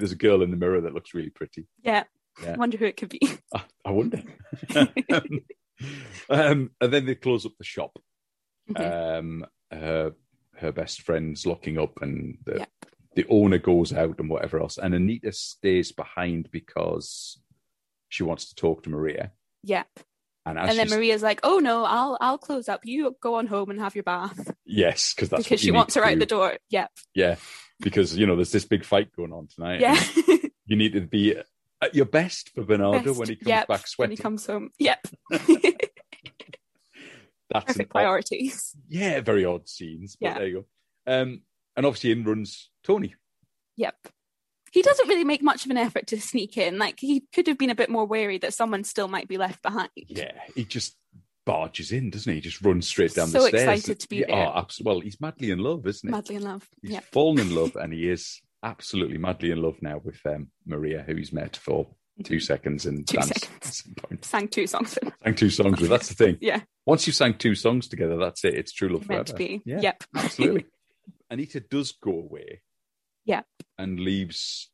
A: there's a girl in the mirror that looks really pretty.
B: Yeah.
A: Yeah.
B: Wonder who it could be.
A: I, I wonder. um, and then they close up the shop. Um, her her best friend's locking up, and the,
B: Yep.
A: the owner goes out and whatever else. And Anita stays behind because she wants to talk to Maria.
B: Yep.
A: And,
B: and
A: as
B: then
A: she's-
B: Maria's like, "Oh no, I'll I'll close up. You go on home and have your bath
A: yes, because that's what
B: because
A: you
B: she
A: need
B: wants
A: to
B: her out
A: do.
B: the door." Yep.
A: Yeah, because you know there's this big fight going on tonight.
B: Yeah.
A: and you need to be at your best for Bernardo
B: Best.
A: when he comes
B: Yep.
A: back
B: when
A: sweating.
B: he comes home. Yep.
A: that's an
B: Perfect
A: odd-
B: priorities.
A: yeah, very odd scenes. But
B: Yeah.
A: there you go. Um, and obviously in runs Tony.
B: Yep. He doesn't really make much of an effort to sneak in. Like he could have been a bit more wary that someone still might be left behind.
A: Yeah, he just barges in, doesn't he? He just runs straight down
B: So
A: the stairs.
B: excited to be
A: Yeah,
B: there.
A: Oh, absolutely. Well, he's madly in love, isn't he?
B: Madly in love.
A: He's
B: Yep.
A: fallen in love, and he is absolutely madly in love now with um, Maria, who he's met for two seconds and
B: Mm-hmm. Two
A: danced
B: seconds.
A: at some point.
B: Sang two songs. with-
A: Sang two songs with. That's the thing.
B: Yeah.
A: Once you've sang two songs together, that's it. It's true love
B: Meant to
A: forever.
B: be.
A: Yeah.
B: Yep.
A: Absolutely. Anita does go away.
B: Yeah.
A: And leaves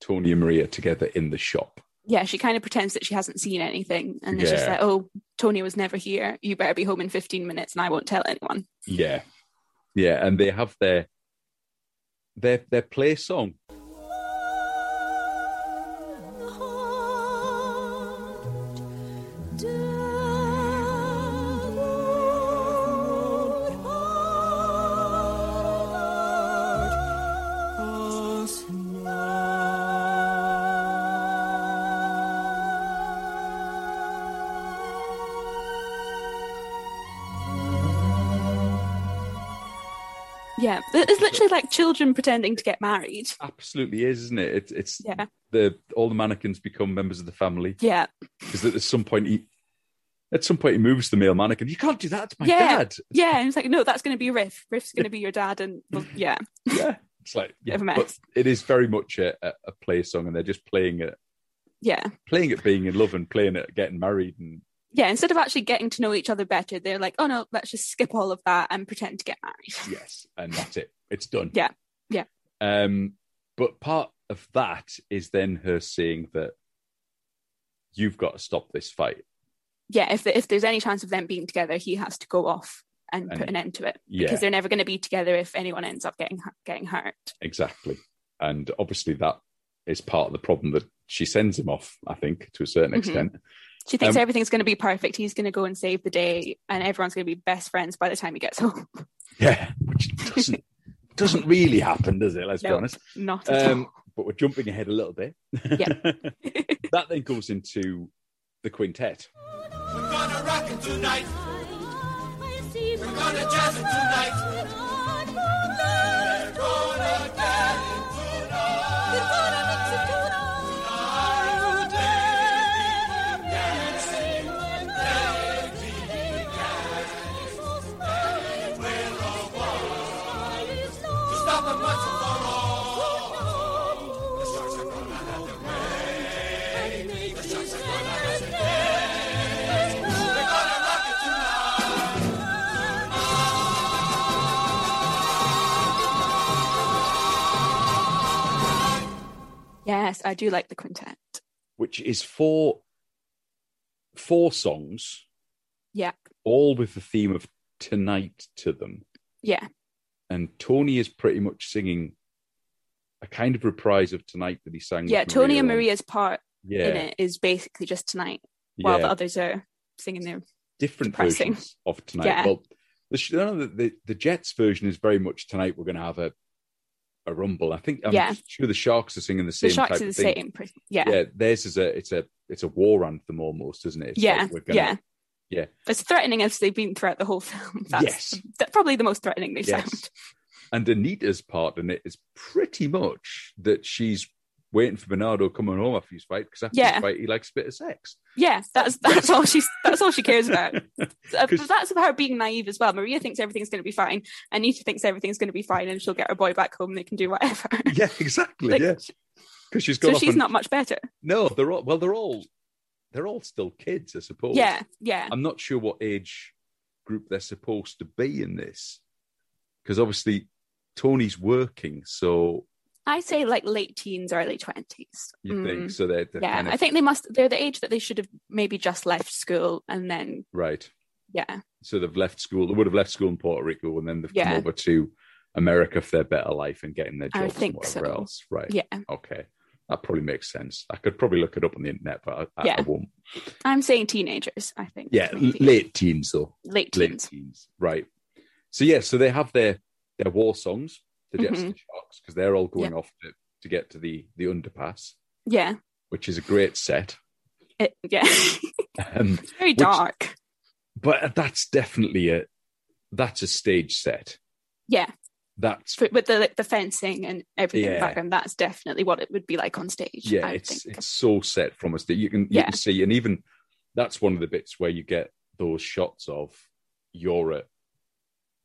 A: Tony and Maria together in the shop.
B: Yeah, she kind of pretends that she hasn't seen anything, and it's just
A: Yeah.
B: like, "Oh, Tony was never here. You better be home in fifteen minutes, and I won't tell anyone."
A: Yeah. Yeah. And they have their their their play song.
B: Yeah, it's literally like children pretending to get married.
A: Absolutely is, isn't it? It's it's
B: Yeah,
A: the all the mannequins become members of the family.
B: yeah,
A: Because at some point he at some point he moves the male mannequin. You can't do that, it's my
B: Yeah.
A: dad.
B: yeah. And it's like, no, that's going to be Riff. Riff's going to be your dad, and well, yeah,
A: Yeah. It's like yeah,
B: Bit of a
A: but
B: mess.
A: it is very much a, a a play song and they're just playing it
B: yeah,
A: playing at being in love and playing at getting married and
B: yeah. Instead of actually getting to know each other better, they're like, oh no, let's just skip all of that and pretend to get married.
A: yes, and that's it. It's done.
B: Yeah. Yeah.
A: Um, but part of that is then her saying that you've got to stop this fight.
B: Yeah, if if there's any chance of them being together, he has to go off and,
A: And-
B: put an end to it
A: Yeah,
B: because they're never going to be together if anyone ends up getting hu- getting hurt.
A: exactly. And obviously that is part of the problem that she sends him off. I think to a certain
B: Mhm.
A: extent.
B: She thinks
A: Um,
B: everything's going to be perfect. He's going to go and save the day, and everyone's going to be best friends by the time he gets home.
A: Yeah, which doesn't doesn't really happen, does it? Let's be
B: Nope.
A: honest.
B: Not at
A: Um, but we're jumping ahead a little bit. that then goes into the quintet.
E: We're gonna rock it tonight.
F: We're
E: We're gonna jazz it tonight. We're gonna dance tonight. Dancing with Lady Gaga. We're all one. To stop it once and for all. The sharks are gonna have their way. The sharks are gonna have their way. We're gonna rock it tonight.
B: Yes, I do like the quintet.
A: which is four four songs
B: Yeah,
A: all with the theme of tonight to them
B: yeah,
A: and tony is pretty much singing a kind of reprise of tonight that he sang
B: yeah.
A: with
B: Tony and
A: on-
B: Maria's part
A: yeah,
B: in it is basically just tonight,
A: yeah
B: while the others are singing their
A: different
B: depressing.
A: versions of tonight
B: Yeah.
A: well the, sh- no, the, the the jets version is very much tonight we're going to have a a rumble i think i'm
B: Yeah.
A: sure the sharks are singing the same
B: the sharks
A: type
B: are the
A: of thing
B: same. pres- Yeah,
A: yeah. theirs is a it's a it's a war anthem almost isn't it It's
B: yeah,
A: like, we're gonna-
B: yeah.
A: yeah.
B: As threatening as they've been throughout the whole film. That's
A: Yes.
B: that's probably the most threatening they have sound.
A: And Anita's part in it is pretty much that she's waiting for Bernardo coming home after his fight because after
B: Yeah.
A: his fight he likes a bit of sex.
B: Yeah, that's that's all she's that's all she cares about. Uh,
A: 'Cause-
B: that's her being naive as well. Maria thinks everything's going to be fine. Anita thinks everything's going to be fine, and she'll get her boy back home. They can do whatever.
A: yeah, exactly.
B: Like,
A: yeah, because she's gone
B: So
A: off
B: she's
A: and-
B: not much better.
A: No, they're all well. They're all they're all still kids, I suppose.
B: Yeah, yeah,
A: I'm not sure what age group they're supposed to be in this because obviously Tony's working, so
B: I say like late teens, early twenties.
A: You think so? That
B: Mm. yeah,
A: kind of,
B: I think they must. They're the age that they should have maybe just left school and then
A: right.
B: yeah,
A: So they've left school. They would have left school in Puerto Rico, and then they've come
B: Yeah.
A: over to America for their better life and getting their
B: I
A: jobs
B: think
A: and whatever
B: so.
A: else. Right.
B: yeah.
A: Okay. That probably makes sense. I could probably look it up on the internet, but I, I- I
B: Yeah.
A: won't.
B: I'm saying teenagers. I think.
A: Yeah, l-
B: maybe.
A: late teens though.
B: late
A: Late
B: teens.
A: teens, right? So yeah, so they have their their war songs, the Jets
B: Mm-hmm.
A: and the Sharks, because they're all going off to, to get to the the underpass,
B: Yeah,
A: which is a great set.
B: it, yeah. it's
A: Um,
B: very dark.
A: but that's definitely a that's a stage set.
B: Yeah,
A: That's
B: f- with the like, the fencing and everything in
A: Yeah.
B: the background. That's definitely what it would be like on stage.
A: yeah,
B: I would
A: it's
B: think.
A: it's so set from us that you can you
B: Yeah.
A: can see, and even that's one of the bits where you get those shots of Europe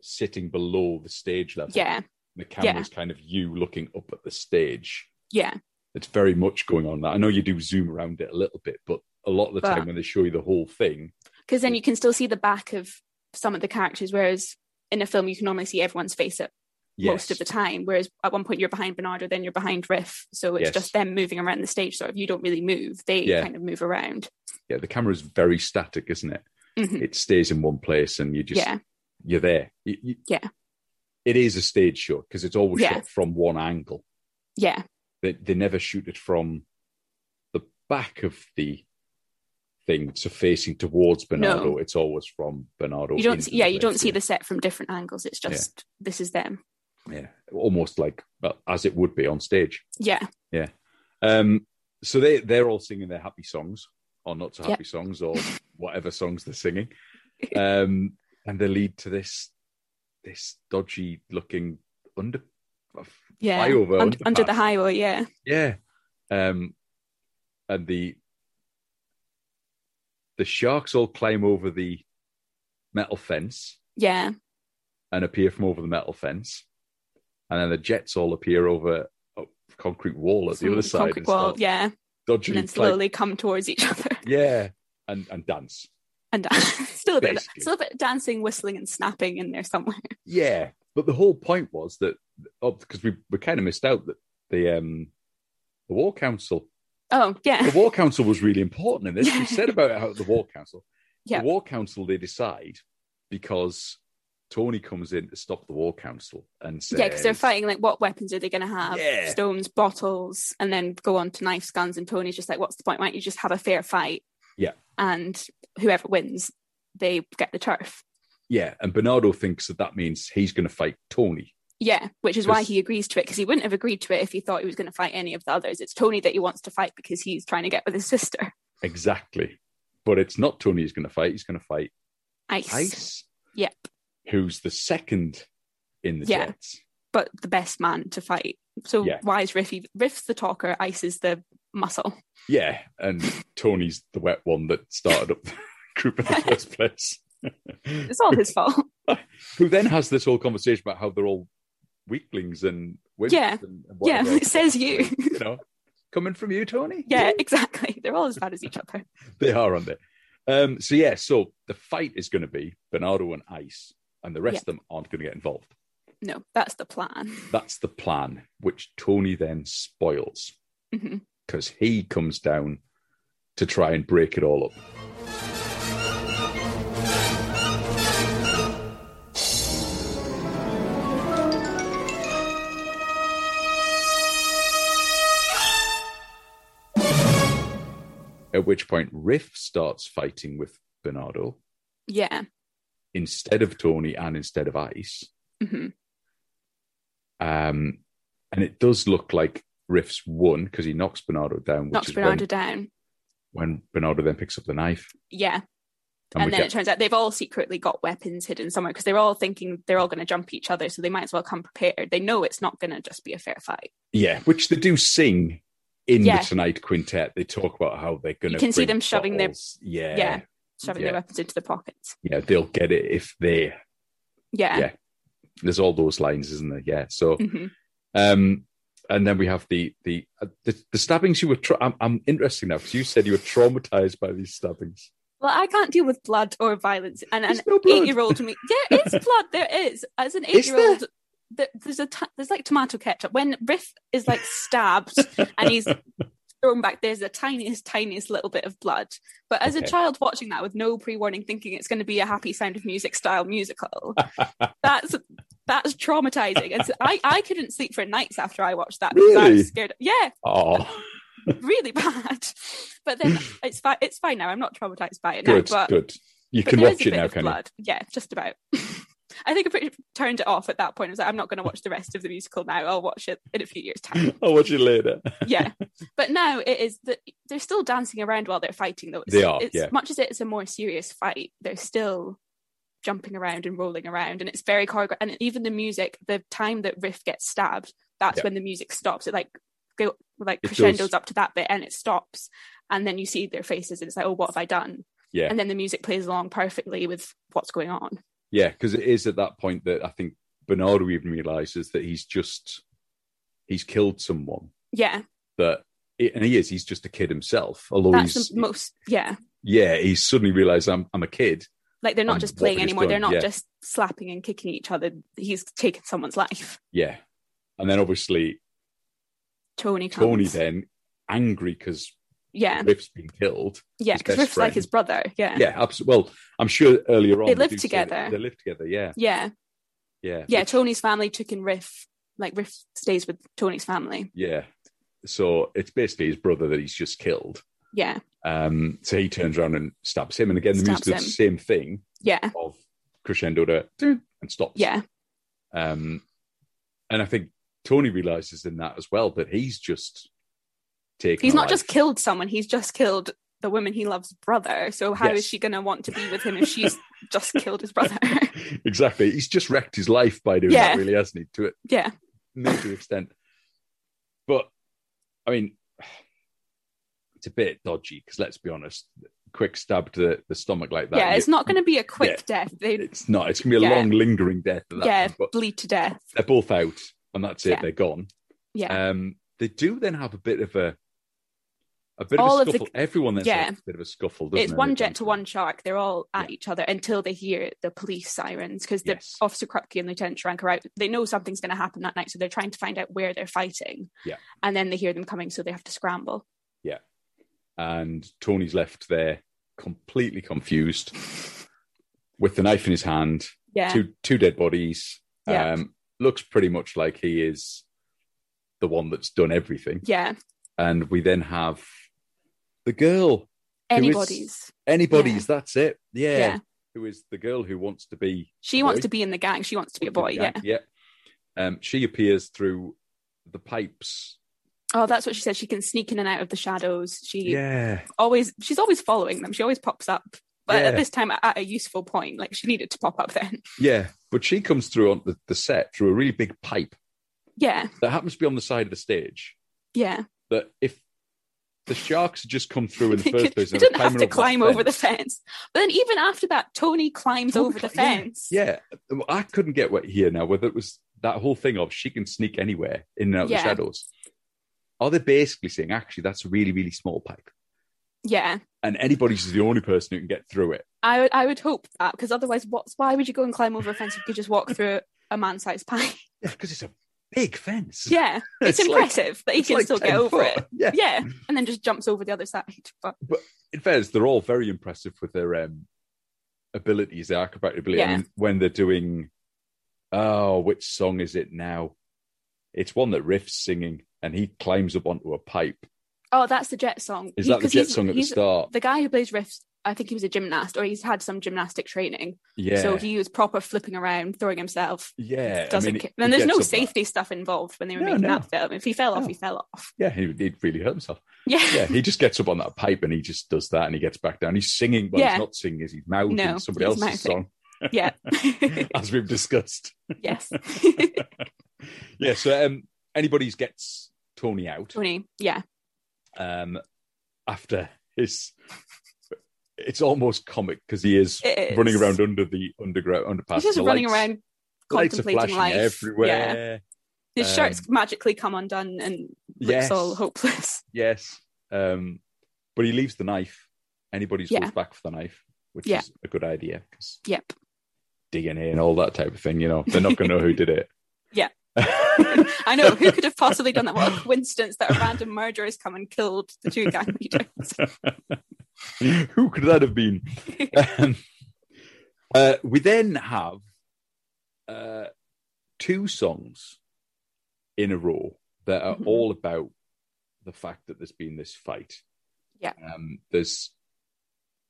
A: sitting below the stage level.
B: yeah,
A: the camera's kind of you looking up at the stage.
B: yeah,
A: It's very much going on. I know you do zoom around it a little bit, but a lot of the
B: But-
A: time when they show you the whole thing,
B: because then you can still see the back of some of the characters, whereas in a film you can normally see everyone's face at
A: yes,
B: most of the time. Whereas at one point you're behind Bernardo, then you're behind Riff, so it's
A: Yes.
B: just them moving around the stage. So if you don't really move, they
A: Yeah.
B: kind of move around.
A: yeah, the camera's very static, isn't it?
B: Mhm.
A: It stays in one place, and you just
B: yeah,
A: you're there. You- you-
B: Yeah.
A: it is a stage shot because it's always
B: Yeah.
A: shot from one angle.
B: yeah,
A: They they never shoot it from the back of the thing, so facing towards Bernardo. It's always from Bernardo.
B: you don't.
A: into
B: See, yeah,
A: the
B: you don't see
A: left,
B: the set from different angles. It's just this is them.
A: yeah, almost like well, as it would be on stage.
B: Yeah,
A: Um, so they they're all singing their happy songs or not so
B: Yeah.
A: happy songs or whatever songs they're singing, um, and they lead to this this dodgy looking under
B: yeah.
A: Flyover,
B: Und- under the
A: underpass.
B: highway. Yeah,
A: yeah, um, and the the sharks all climb over the metal fence
B: yeah.
A: and appear from over the metal fence, and then the jets all appear over a concrete wall at the
B: Some
A: other side.
B: concrete
A: and
B: wall.
A: start
B: Yeah,
A: dodging
B: and then
A: and like-
B: slowly come towards each other
A: Yeah, and and dance.
B: and still a bit,
A: Basically.
B: still a bit of dancing, whistling, and snapping in there somewhere.
A: Yeah, but the whole point was that because we we kind of missed out that the um the war council
B: Oh
A: the
B: yeah,
A: war council was really important in this. We said about how the war council.
B: Yeah.
A: The war council they decide because Tony comes in to stop the war council and says
B: yeah, because they're fighting. Like, what weapons are they going to have?
A: Yeah.
B: Stones, bottles, and then go on to knives, guns, and Tony's just like, what's the point? Why don't you just have a fair fight?
A: Yeah.
B: and whoever wins, they get the turf.
A: Yeah, and Bernardo thinks that that means he's going to fight Tony.
B: Yeah, which is why
A: Just-
B: he agrees to it because he wouldn't have agreed to it if he thought he was going to fight any of the others. It's Tony that he wants to fight because he's trying to get with his sister.
A: Exactly, but it's not Tony he's going to fight. He's going to fight
B: Ice.
A: Ice.
B: Yep.
A: Who's the second in the
B: Yeah.
A: Jets?
B: but the best man to fight. So
A: Yeah.
B: why is Riffy? Riff's the talker, Ice is the muscle.
A: Yeah, and Tony's the wet one that started up the group in the first place.
B: It's all his fault.
A: Who then has this whole conversation about how they're all weaklings and wimps
B: Yeah,
A: and and
B: yeah,
A: whatever
B: it
A: else.
B: says you.
A: you know, coming from you, Tony.
B: Yeah, exactly. They're all as bad as each other.
A: they are, aren't they? Um, so yeah, so the fight is going to be Bernardo and Ice, and the rest of them aren't going to get involved.
B: No, that's the plan.
A: That's the plan, which Tony then spoils
B: Mhm.
A: because he comes down to try and break it all up. At which point, Riff starts fighting with Bernardo
B: Yeah.
A: instead of Tony and instead of Ice.
B: hmm
A: Um, and it does look like Riff's won because he knocks Bernardo down, which
B: Knocks
A: is
B: Bernardo down.
A: when, when Bernardo then picks up the knife.
B: Yeah.
A: And,
B: And,
A: we
B: then
A: get,
B: it turns out they've all secretly got weapons hidden somewhere because they're all thinking they're all going to jump each other. So they might as well come prepared. They know it's not going to just be a fair fight.
A: yeah, which they do sing in
B: Yeah.
A: the Tonight Quintet. They talk about how they're going to.
B: You can see them shoving their-
A: Yeah, yeah,
B: Yeah. Shoving
A: Yeah.
B: their weapons into their pockets.
A: They'll get it if they.
B: Yeah.
A: Yeah. There's all those lines, isn't there? Yeah. So,
B: Mhm.
A: um, and then we have the the uh, the, the stabbings. You were. Tra- I'm, I'm interested now because you said you were traumatized by these stabbings.
B: Well, I can't deal with blood or violence. And an
A: There's no blood.
B: eight year old me, there is blood. There is. As an eight
A: Is
B: year old, th- there's a t- there's like tomato ketchup when Riff is like stabbed and he's thrown back. There's the tiniest, tiniest little bit of blood. But as
A: Okay.
B: a child watching that with no pre warning, thinking it's going to be a Happy Sound of Music style musical, that's that's traumatizing. And so I I couldn't sleep for nights after I watched that. because I
A: Really?
B: was scared. Yeah,
A: Oh,
B: really bad. But then it's fine. It's fine now. I'm not traumatized by it
A: good,
B: now. But
A: good. You
B: but
A: can
B: there is
A: watch
B: a
A: it
B: bit
A: now,
B: of
A: can you?
B: blood. Yeah, just about. I think I pretty turned it off at that point. I was like, I'm not going to watch the rest of the musical now. I'll watch it in a few years' time.
A: I'll watch it later.
B: Yeah, but now it is that they're still dancing around while they're fighting. Though it's,
A: They are,
B: It's,
A: yeah.
B: Much as it's a more serious fight, they're still jumping around and rolling around, and it's very choreographed. And even the music, the time that Riff gets stabbed, that's
A: Yeah.
B: when the music stops. It like go like
A: It
B: crescendos
A: goes-
B: up to that bit, and it stops, and then you see their faces, and it's like, oh, what have I done?
A: Yeah.
B: and then the music plays along perfectly with what's going on.
A: Yeah, because it is at that point that I think Bernardo even realizes that he's just he's killed someone
B: Yeah,
A: that, and he is he's just a kid himself. Although
B: that's
A: he's
B: the most. Yeah,
A: yeah, he's suddenly realized I'm I'm a kid.
B: like they're not
A: Um,
B: just
A: what
B: playing
A: he's
B: anymore.
A: done,
B: they're not
A: yeah.
B: just slapping and kicking each other. He's taken someone's life.
A: Yeah, and then obviously
B: Tony comes.
A: Tony then angry because
B: Yeah,
A: Riff's been killed.
B: yeah,
A: his
B: because
A: best
B: Riff's like
A: friend.
B: his brother. Yeah,
A: Yeah, absolutely. Well, I'm sure earlier on
B: They lived
A: do say that
B: together.
A: They lived together. Yeah,
B: yeah,
A: yeah,
B: yeah. Tony's family took in Riff. Like Riff stays with Tony's family.
A: yeah. So it's basically his brother that he's just killed.
B: Yeah,
A: Um, so he turns around and stabs him, and again the music
B: Stabs
A: does the same thing.
B: yeah,
A: of crescendo to "Dun," and stops.
B: Mm. yeah,
A: Um, and I think Tony realizes in that as well that he's just taken.
B: he's
A: a
B: not
A: life.
B: just killed someone. He's just killed the woman he loves brother. So how is
A: Yes.
B: she going to want to be with him if she's just killed his brother?
A: exactly. He's just wrecked his life by doing
B: Yeah.
A: that, really, hasn't he? To a
B: yeah,
A: major extent. But I mean, it's a bit dodgy because let's be honest, quick stab to the, the stomach like that.
B: yeah.
A: you-
B: It's not going to be a quick death. They
A: It's not. It's gonna be a
B: Yeah.
A: long, lingering death. at that
B: yeah
A: point, but
B: bleed to death.
A: they're both out, and that's it.
B: Yeah.
A: They're gone.
B: Yeah.
A: Um, they do then have a bit of a a bit
B: All
A: of
B: of
A: a
B: the-
A: scuffle. Everyone then
B: yeah.
A: has a bit of a scuffle. Doesn't
B: it's
A: it,
B: one
A: at
B: jet to
A: time?
B: one shark. They're all at
A: Yeah.
B: each other until they hear the police sirens because the
A: Yes.
B: Officer Krupke and Lieutenant Sharank are out. They know something's going to happen that night, so they're trying to find out where they're fighting.
A: Yeah.
B: And then they hear them coming, so they have to scramble.
A: and Tony's left there completely confused with the knife in his hand.
B: Yeah.
A: Two two dead bodies.
B: Yeah.
A: Um, looks pretty much like he is the one that's done everything.
B: yeah.
A: And we then have the girl.
B: Anybody's.
A: Anybody's. That's it. Yeah.
B: Yeah.
A: Who is the girl who wants to be
B: She wants
A: boy.
B: to be in the gang. She wants to be a boy. Yeah.
A: Yeah. Um, she appears through the pipes.
B: Oh, that's what she said. She can sneak in and out of the shadows. She
A: Yeah.
B: always, she's always following them. She always pops up. But
A: Yeah.
B: at this time, at a useful point, like she needed to pop up then.
A: Yeah. But she comes through on the, the set through a really big pipe
B: Yeah.
A: that happens to be on the side of the stage.
B: Yeah.
A: That if the sharks had just come through in the
B: They
A: first
B: could-
A: place,
B: they
A: and were
B: didn't have to
A: climbing
B: climb over the
A: fence-
B: fence. But then even after that, Tony climbs
A: Tony
B: over the
A: cli- yeah,
B: fence.
A: Yeah. Well, I couldn't get what here now, whether it was that whole thing of she can sneak anywhere in and out of
B: Yeah.
A: the shadows. Are they basically saying, actually, that's a really, really small pipe?
B: Yeah.
A: And anybody's the only person who can get through it.
B: I would I would hope that because otherwise what's why would you go and climb over a fence if you could just walk through a man sized pipe?
A: Yeah, because it's a big fence.
B: Yeah. It's,
A: It's like-
B: impressive that he
A: It's
B: can
A: like
B: still get
A: 10
B: over
A: foot.
B: it.
A: Yeah.
B: Yeah. And then just jumps over the other side. But
A: In fairness, they're all very impressive with their um, abilities, their acrobatic ability. I
B: Yeah.
A: mean, when they're doing, oh, which song is it now? It's one that Riff's singing, and he climbs up onto a pipe.
B: oh that's the jet song.
A: Is
B: He-
A: that the
B: 'cause
A: Jet
B: he's-
A: song at the
B: he's-
A: start?
B: The guy who plays riffs, I think he was a gymnast or he's had some gymnastic training.
A: Yeah,
B: So he was proper flipping around, throwing himself.
A: yeah. I
B: Doesn't
A: mean,
B: care.
A: he- he
B: and there's
A: gets
B: no
A: up there.
B: safety stuff involved when they were
A: No,
B: making
A: no.
B: that film. If he fell off,
A: No.
B: he fell off.
A: Yeah, he, he really hurt himself.
B: Yeah.
A: Yeah, he just gets up on that pipe and he just does that, and he gets back down. He's singing, but
B: Yeah.
A: he's not singing; he's mouthing
B: No,
A: somebody
B: he's
A: else's
B: mouthing. Yeah.
A: song, as we've discussed.
B: yes.
A: Yeah. So um, anybody's gets Tony out.
B: Tony. Yeah.
A: um, after his. It's almost comic because he is
B: It is.
A: running around under the underground underpass.
B: He's just
A: The
B: running
A: lights-
B: around
A: lights are
B: contemplating
A: flashing
B: life. Yeah.
A: everywhere.
B: His
A: Um,
B: shirt's magically come undone and looks
A: Yes,
B: all hopeless.
A: yes. Um, but he leaves the knife. Anybody who
B: Yeah.
A: goes back for the knife, which
B: Yeah.
A: is a good idea because
B: Yep.
A: DNA and all that type of thing. You know, they're not going to know who did it.
B: Yeah. I know who could have possibly done that. What a coincidence that a random murderer has come and killed the two gang leaders.
A: Who could that have been? Um, uh, we then have uh, two songs in a row that are
B: Mhm.
A: all about the fact that there's been this fight.
B: Yeah.
A: Um, there's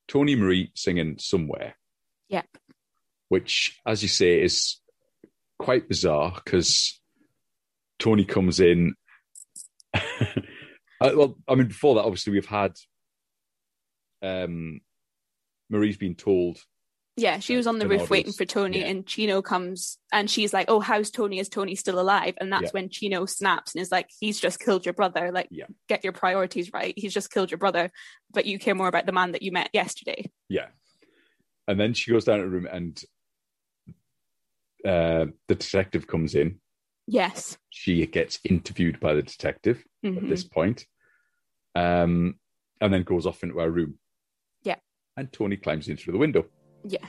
A: Tony Marie singing Somewhere.
B: Yep.
A: Which, as you say, is quite bizarre because Tony comes in. Uh, well, I mean, before that, obviously, we've had um, Marie's been told
B: Yeah, she was on the
A: An
B: roof
A: audience.
B: waiting for Tony,
A: Yeah.
B: and Chino comes and she's like, "Oh, how's Tony? Is Tony still alive?" And that's
A: Yeah.
B: when Chino snaps and is like, "He's just killed your brother. Like,
A: Yeah.
B: get your priorities right. He's just killed your brother, but you care more about the man that you met yesterday."
A: Yeah. And then she goes down to the room and uh, the detective comes in.
B: Yes.
A: She gets interviewed by the detective
B: Mhm.
A: at this point. Um, and then goes off into her room.
B: Yeah.
A: And Tony climbs in through the window.
B: Yeah.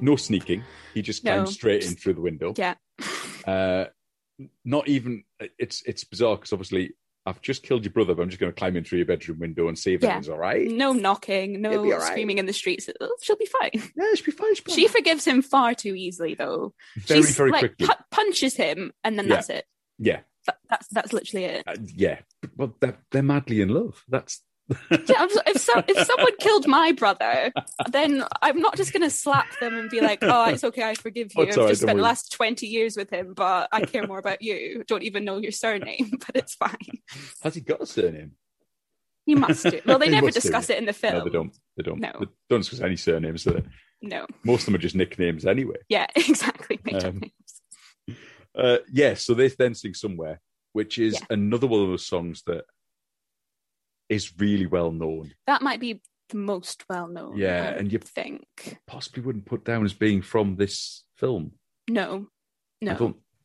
A: No sneaking. He just
B: No.
A: climbs straight in through the window.
B: Yeah.
A: Uh, not even, it's it's bizarre because obviously I've just killed your brother, but I'm just going to climb in through your bedroom window and see if
B: Yeah. Mm.
A: everything's all right.
B: No knocking,
A: It'll be
B: no
A: all right.
B: screaming in the streets. Oh, She'll be fine.
A: Yeah, she'll be fine. she'll be
B: She
A: fine.
B: forgives him far too easily, though.
A: very,
B: She's,
A: very
B: like,
A: quickly.
B: pu- punches him, and then
A: Yeah.
B: that's it.
A: yeah.
B: That, that's that's literally it.
A: Uh, yeah, well, they're, they're madly in love. That's
B: Yeah, I'm so- if so, if someone killed my brother, then I'm not just going to slap them and be like, "Oh, it's okay, I forgive
A: Oh,
B: you.
A: it's
B: I've
A: all right,
B: just
A: don't
B: spent
A: worry."
B: the last twenty years with him, but I care more about you. Don't even know your surname, but it's fine.
A: has he got a surname?
B: You must do." Well, they
A: He
B: never
A: must do,
B: discuss it in the film.
A: No, they don't. They don't.
B: No.
A: They don't discuss any surnames. Do they?
B: No.
A: Most of them are just nicknames anyway.
B: Yeah, exactly. Make
A: Um,
B: up
A: Uh, yeah, so they then sing somewhere, which is
B: Yeah.
A: another one of those songs that is really well known.
B: that might be the most well known.
A: Yeah,
B: I
A: and you-
B: think
A: Possibly wouldn't put down as being from this film.
B: no,
A: I
B: no.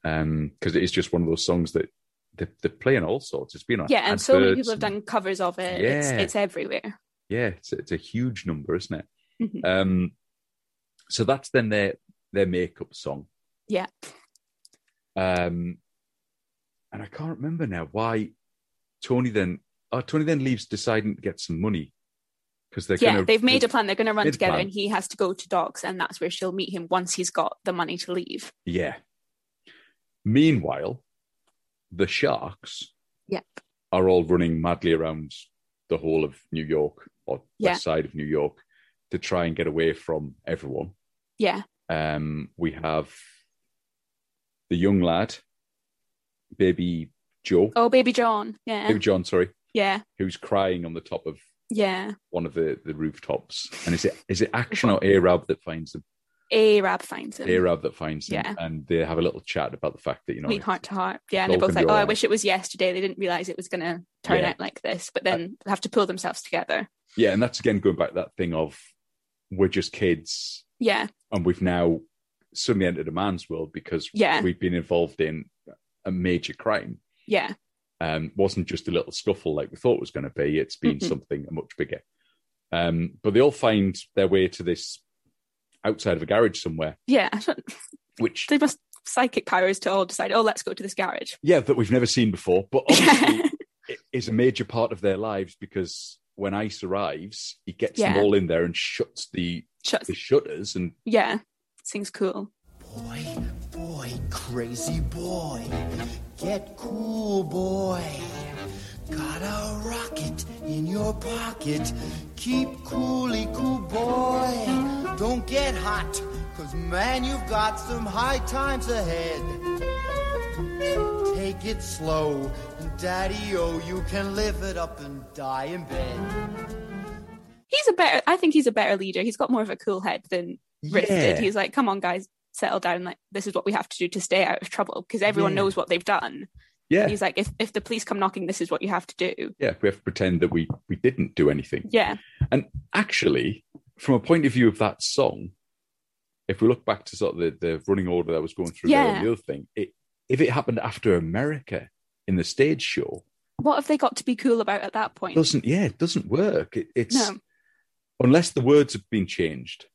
A: don't. Because it is just one of those songs that they, they play on all sorts. It's been on.
B: Yeah, and so many
A: adverts
B: people have
A: and-
B: done covers of it. It's,
A: Yeah.
B: it's everywhere.
A: Yeah, it's, it's a huge number, isn't it?
B: Mhm.
A: Um, so that's then their their makeup song.
B: Yeah.
A: Um, and I can't remember now why Tony then oh, Tony then leaves deciding to get some money because they're
B: yeah,
A: gonna,
B: they've made a plan. They're going to run
A: made a
B: together,
A: plan.
B: and he has to go to Doc's, and that's where she'll meet him once he's got the money to leave.
A: yeah. Meanwhile, the sharks
B: Yep.
A: are all running madly around the whole of New York or
B: Yeah.
A: west side of New York to try and get away from everyone.
B: Yeah,
A: Um, we have the young lad, baby Joe,
B: Oh, baby John. Yeah,
A: baby John, sorry,
B: yeah,
A: who's crying on the top of
B: yeah.
A: one of the, the rooftops. And is it is it action or Arab that finds them?
B: Arab finds him.
A: Arab that finds them,
B: Yeah.
A: and they have a little chat about the fact that you know
B: Meet heart to heart. Yeah, and
A: It's
B: they're
A: all
B: both
A: gonna
B: like,
A: be
B: "Oh, I
A: alright."
B: wish it was yesterday." They didn't realize it was going to turn
A: Yeah. Uh,
B: out like this, but then they have to pull themselves together.
A: yeah, and that's again going back to that thing of we're just kids,
B: Yeah,
A: and we've now suddenly entered a man's world because
B: yeah,
A: we've been involved in a major crime.
B: yeah,
A: um, wasn't just a little scuffle like we thought it was going to be. It's been
B: Mhm.
A: something much bigger. Um, but they all find their way to this outside of a garage somewhere,
B: yeah. I don't-
A: which
B: They must psychic powers to all decide. Oh, let's go to this garage.
A: yeah, that we've never seen before, but
B: Yeah,
A: obviously it is a major part of their lives because when ice arrives, he gets
B: Yeah.
A: them all in there and shuts the,
B: Shuts-
A: the shutters, and
B: yeah. Seems cool.
C: Boy, boy, crazy boy. Get cool, boy. Got a rocket in your pocket. Keep coolly cool, boy. Don't get hot, cause man, you've got some high times ahead. Take it slow, and daddy, oh, you can live it up and die in bed.
B: he's a better. I think he's a better leader. He's got more of a cool head than Ritz did. He's like, come on, guys, settle down. Like this is what we have to do to stay out of trouble because everyone
A: Yeah.
B: knows what they've done.
A: yeah,
B: He's like, if if the police come knocking, this is what you have to do.
A: yeah. We have to pretend that we we didn't do anything.
B: Yeah,
A: And actually, from a point of view of that song, if we look back to sort of the, the running order that was going through there
B: Yeah.
A: and the other thing, it, if it happened after America in the stage show,
B: what have they got to be cool about at that
A: it
B: point?
A: doesn't yeah, it doesn't work. It, it's
B: No,
A: unless the words have been changed.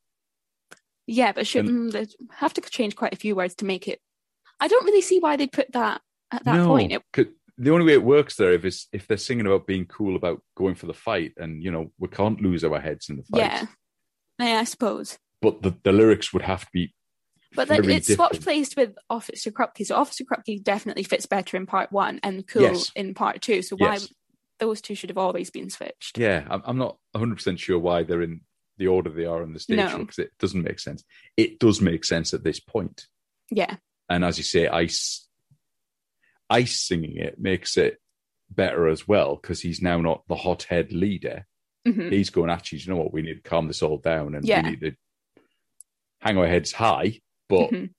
B: yeah, but should mm, they have to change quite a few words to make it. I don't really see why they put that at that point. It,
A: 'Cause the only way it works there if is if they're singing about being cool about going for the fight, and you know we can't lose our heads in the fight.
B: yeah, yeah, I suppose.
A: But the, the lyrics would have to be.
B: But then
A: very
B: it's swapped
A: different.
B: placed with Officer Krupke. So Officer Krupke definitely fits better in part one and cool
A: Yes.
B: in part two. So why
A: Yes.
B: those two should have always been switched.
A: Yeah, I'm, I'm not 100 percent sure why they're in the order they are on the stage
B: No.
A: because it doesn't make sense. It does make sense at this point,
B: Yeah.
A: and as you say, ice, ice singing it makes it better as well because he's now not the hothead leader.
B: hmm
A: He's going actually, you know what? We need to calm this all down, and
B: Yeah.
A: we need to hang our heads high, but
B: Mhm.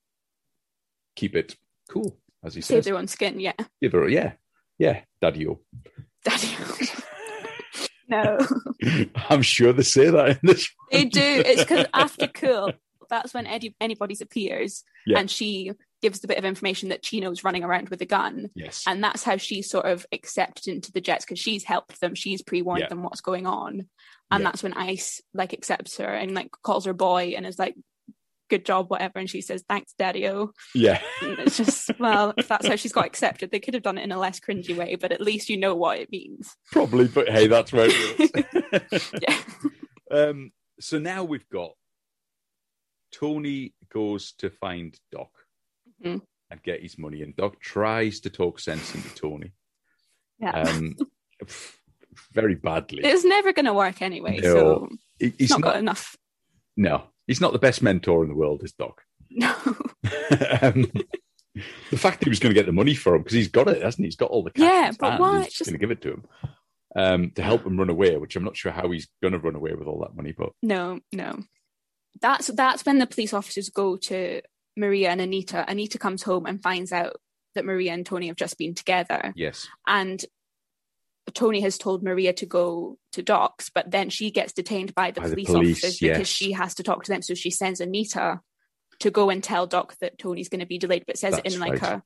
A: keep it cool, as he
B: Save
A: says.
B: their own skin. Yeah.
A: Give her, yeah, yeah, daddy.
B: Daddy. no,
A: I'm sure they say that in this.
B: they do. It's because after cool, that's when Eddie, anybody's appears
A: Yeah.
B: and she gives the bit of information that Chino's running around with a gun.
A: Yes,
B: And that's how she sort of accepted into the Jets because she's helped them, she's pre warned
A: Yeah.
B: them what's going on, and
A: Yeah.
B: that's when Ice like accepts her and like calls her boy and is like, "Good job, whatever," and she says, "Thanks, Daddy-O."
A: yeah.
B: And It's just well, if that's how she's got accepted. They could have done it in a less cringy way, but at least you know what it means.
A: Probably, but hey, that's where it is.
B: Yeah,
A: um, so now we've got Tony goes to find Doc
B: Mhm.
A: and get his money, and Doc tries to talk sense into Tony.
B: yeah.
A: Um, very badly.
B: it's never going to work anyway.
A: No,
B: so
A: He-
B: it's
A: He's
B: not,
A: not,
B: got enough.
A: no, he's not the best mentor in the world, is Doc.
B: No,
A: um, the fact that he was going to get the money for him because he's got it, hasn't he? He's got all the cash.
B: Yeah,
A: in his
B: but
A: hand,
B: why?
A: He's
B: It's
A: just,
B: just-
A: going to give it to him um, to help him run away, which I'm not sure how he's going to run away with all that money. But
B: no, no. That's that's when the police officers go to Maria and Anita. Anita comes home and finds out that Maria and Tony have just been together.
A: yes,
B: and Tony has told Maria to go to Doc's, but then she gets detained by the
A: By the
B: police,
A: police,
B: officers
A: yes.
B: because she has to talk to them. So she sends Anita to go and tell Doc that Tony's going to be delayed, but says it
A: That's
B: in like
A: right.
B: a,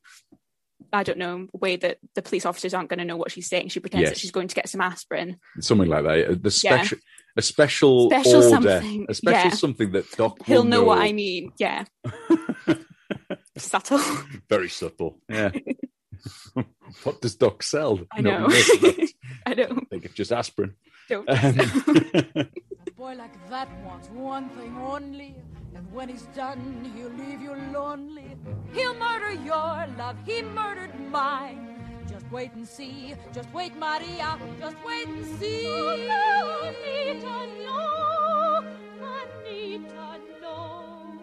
B: I don't know, way that the police officers aren't going to know what she's saying. She pretends that
A: Yes.
B: she's going to get some aspirin.
A: something like that. The
B: Yeah.
A: special, a special,
B: Special
A: order,
B: something,
A: a special
B: yeah.
A: something that Doc
B: He'll
A: will
B: know what I mean. Yeah. Subtle.
A: Very subtle. Yeah. what does Doc sell?
B: I
A: No,
B: know.
A: he doesn't.
B: I
A: I
B: know.
A: think it's just aspirin.
B: Don't.
A: Um,
F: A boy like that wants one thing only, and when he's done, he'll leave you lonely. He'll murder your love, he murdered mine. Just wait and see, just wait, Maria, just wait and see.
E: Oh,
F: Anita, no, Anita, no.